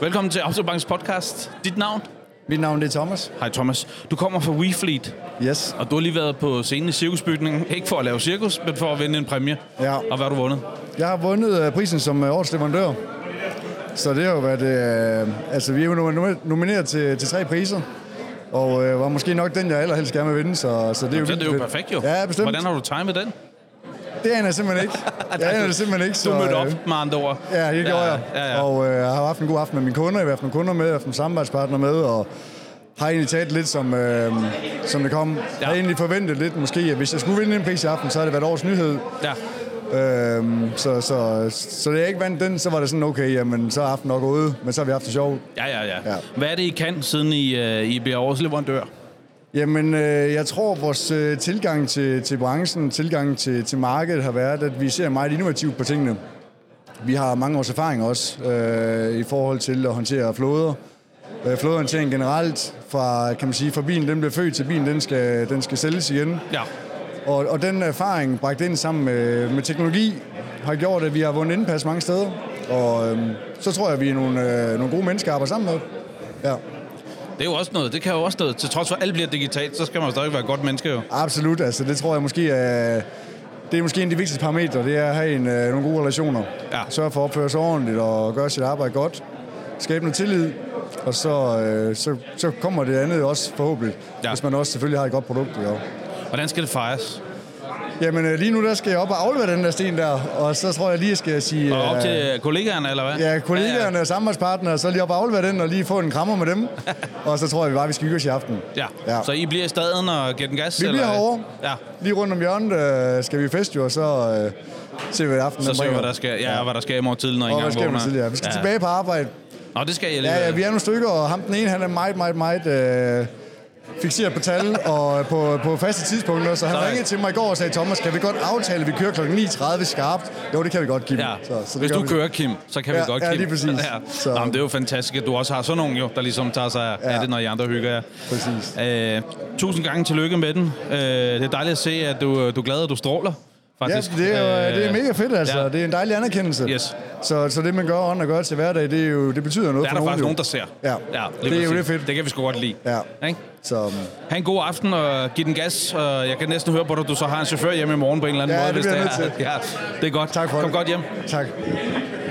Velkommen til Autobanks podcast. Dit navn? Mit navn er Thomas. Hej Thomas. Du kommer fra WeFleet. Yes. Og du har lige været på scenen i cirkusbygningen. Ikke for at lave cirkus, men for at vinde en præmie. Ja. Og hvad har du vundet? Jeg har vundet øh, prisen som årets leverandør. Så det har jo været... Øh, altså, vi er jo nomineret til, til tre priser. Og øh, var måske nok den, jeg allerhelst gerne vil vinde. Så, så det er jo, det, det er jo perfekt, jo. Ja, bestemt. Hvordan har du timet den? Det aner jeg simpelthen ikke. Jeg aner det simpelthen ikke. øh, Så, du mødte op med andre ord. Ja, det gjorde ja, jeg. Ja, ja. Og øh, jeg har haft en god aften med mine kunder. Jeg har haft nogle kunder med, jeg har haft nogle samarbejdspartnere med, og har egentlig talt lidt, som, øh, som det kom. Ja. Jeg har egentlig forventet lidt måske, at hvis jeg skulle vinde en pris i aften, så havde det været årets nyhed. Ja. Øhm, så, så, så da jeg ikke vandt den, så var det sådan, okay, jamen, så er aften nok ude, men så har vi haft det sjovt. Ja, ja, ja, ja. Hvad er det, I kan, siden I, øh, I bliver årets leverandør? Jamen, øh, jeg tror, at vores øh, tilgang til, til branchen, tilgang til, til markedet har været, at vi ser meget innovativt på tingene. Vi har mange års erfaring også øh, i forhold til at håndtere floder. Øh, flodhåndtering generelt, fra, kan man sige, fra bilen den bliver født til bilen den skal, den skal sælges igen. Ja. Og, og den erfaring bragt ind sammen med, med teknologi har gjort, at vi har vundet indpas mange steder. Og øh, så tror jeg, at vi er nogle, øh, nogle gode mennesker at arbejde sammen med. Ja. Det er jo også noget. Det kan jo også noget. Til trods for, at alt bliver digitalt, så skal man stadig være et godt menneske jo. Absolut. Altså, det tror jeg måske er... det er måske en af de vigtigste parametre, det er at have en, øh, nogle gode relationer. Ja. Sørge for at opføre sig ordentligt og gøre sit arbejde godt. Skabe noget tillid, og så, øh, så, så kommer det andet også forhåbentlig, ja. hvis man også selvfølgelig har et godt produkt. Jo. Hvordan skal det fejres? Jamen øh, lige nu der skal jeg op og aflevere den der sten der, og så tror jeg lige, jeg skal sige... Og op til øh, kollegaerne, eller hvad? øh, Ja, kollegaerne og samarbejdspartnere, så lige op og aflevere den og lige få en krammer med dem. og så tror jeg vi bare, vi skal hygge os i aften. Ja. ja, så I bliver i staden og giver den gas? Vi bliver herovre. Ja. Lige rundt om hjørnet øh, skal vi feste jo, og så øh, ser vi i aften. Så ser vi, hvad der sker, ja, hvad der sker i morgen tidlig, når I og engang vågner. Tidlig, ja. Vi skal ja. tilbage på arbejde. Nå, det skal jeg lige. Ja, ja, vi er nogle stykker, og ham den ene, han er meget, meget, meget... Øh, fixeret på tal og øh, på, på faste tidspunkter. Så han Sorry. ringede til mig i går og sagde, Thomas, kan vi godt aftale, at vi kører kl. 9.30 skarpt? Jo, det kan vi godt, Kim. Ja. Så, så det Hvis du vi. kører, Kim, så kan ja, vi godt, ja, Kim. Ja, lige præcis. Ja. Så. Nå, men det er jo fantastisk, at du også har sådan nogen, jo, der ligesom tager sig ja. af det, når I andre hygger jer. Præcis. Øh, tusind gange tillykke med den. Øh, det er dejligt at se, at du, du er glad, og du stråler. Faktisk. øh, Ja, det er, jo, det er mega fedt, altså. Ja. Det er en dejlig anerkendelse. Yes. Så, så det, man gør og gør til hverdag, det, er jo, det betyder noget der for nogen. Der er der nogen, faktisk jo. nogen, der ser. Ja, ja det, det er jo det fedt. Det kan vi sgu godt lide. Ja. Ikke? Så... Ha' en god aften, og giv den gas. Og jeg kan næsten høre på dig, at du så har en chauffør hjemme i morgen på en eller anden ja, måde. Det hvis det er. Ja, det er godt. Tak for Kom det. godt hjem. Tak.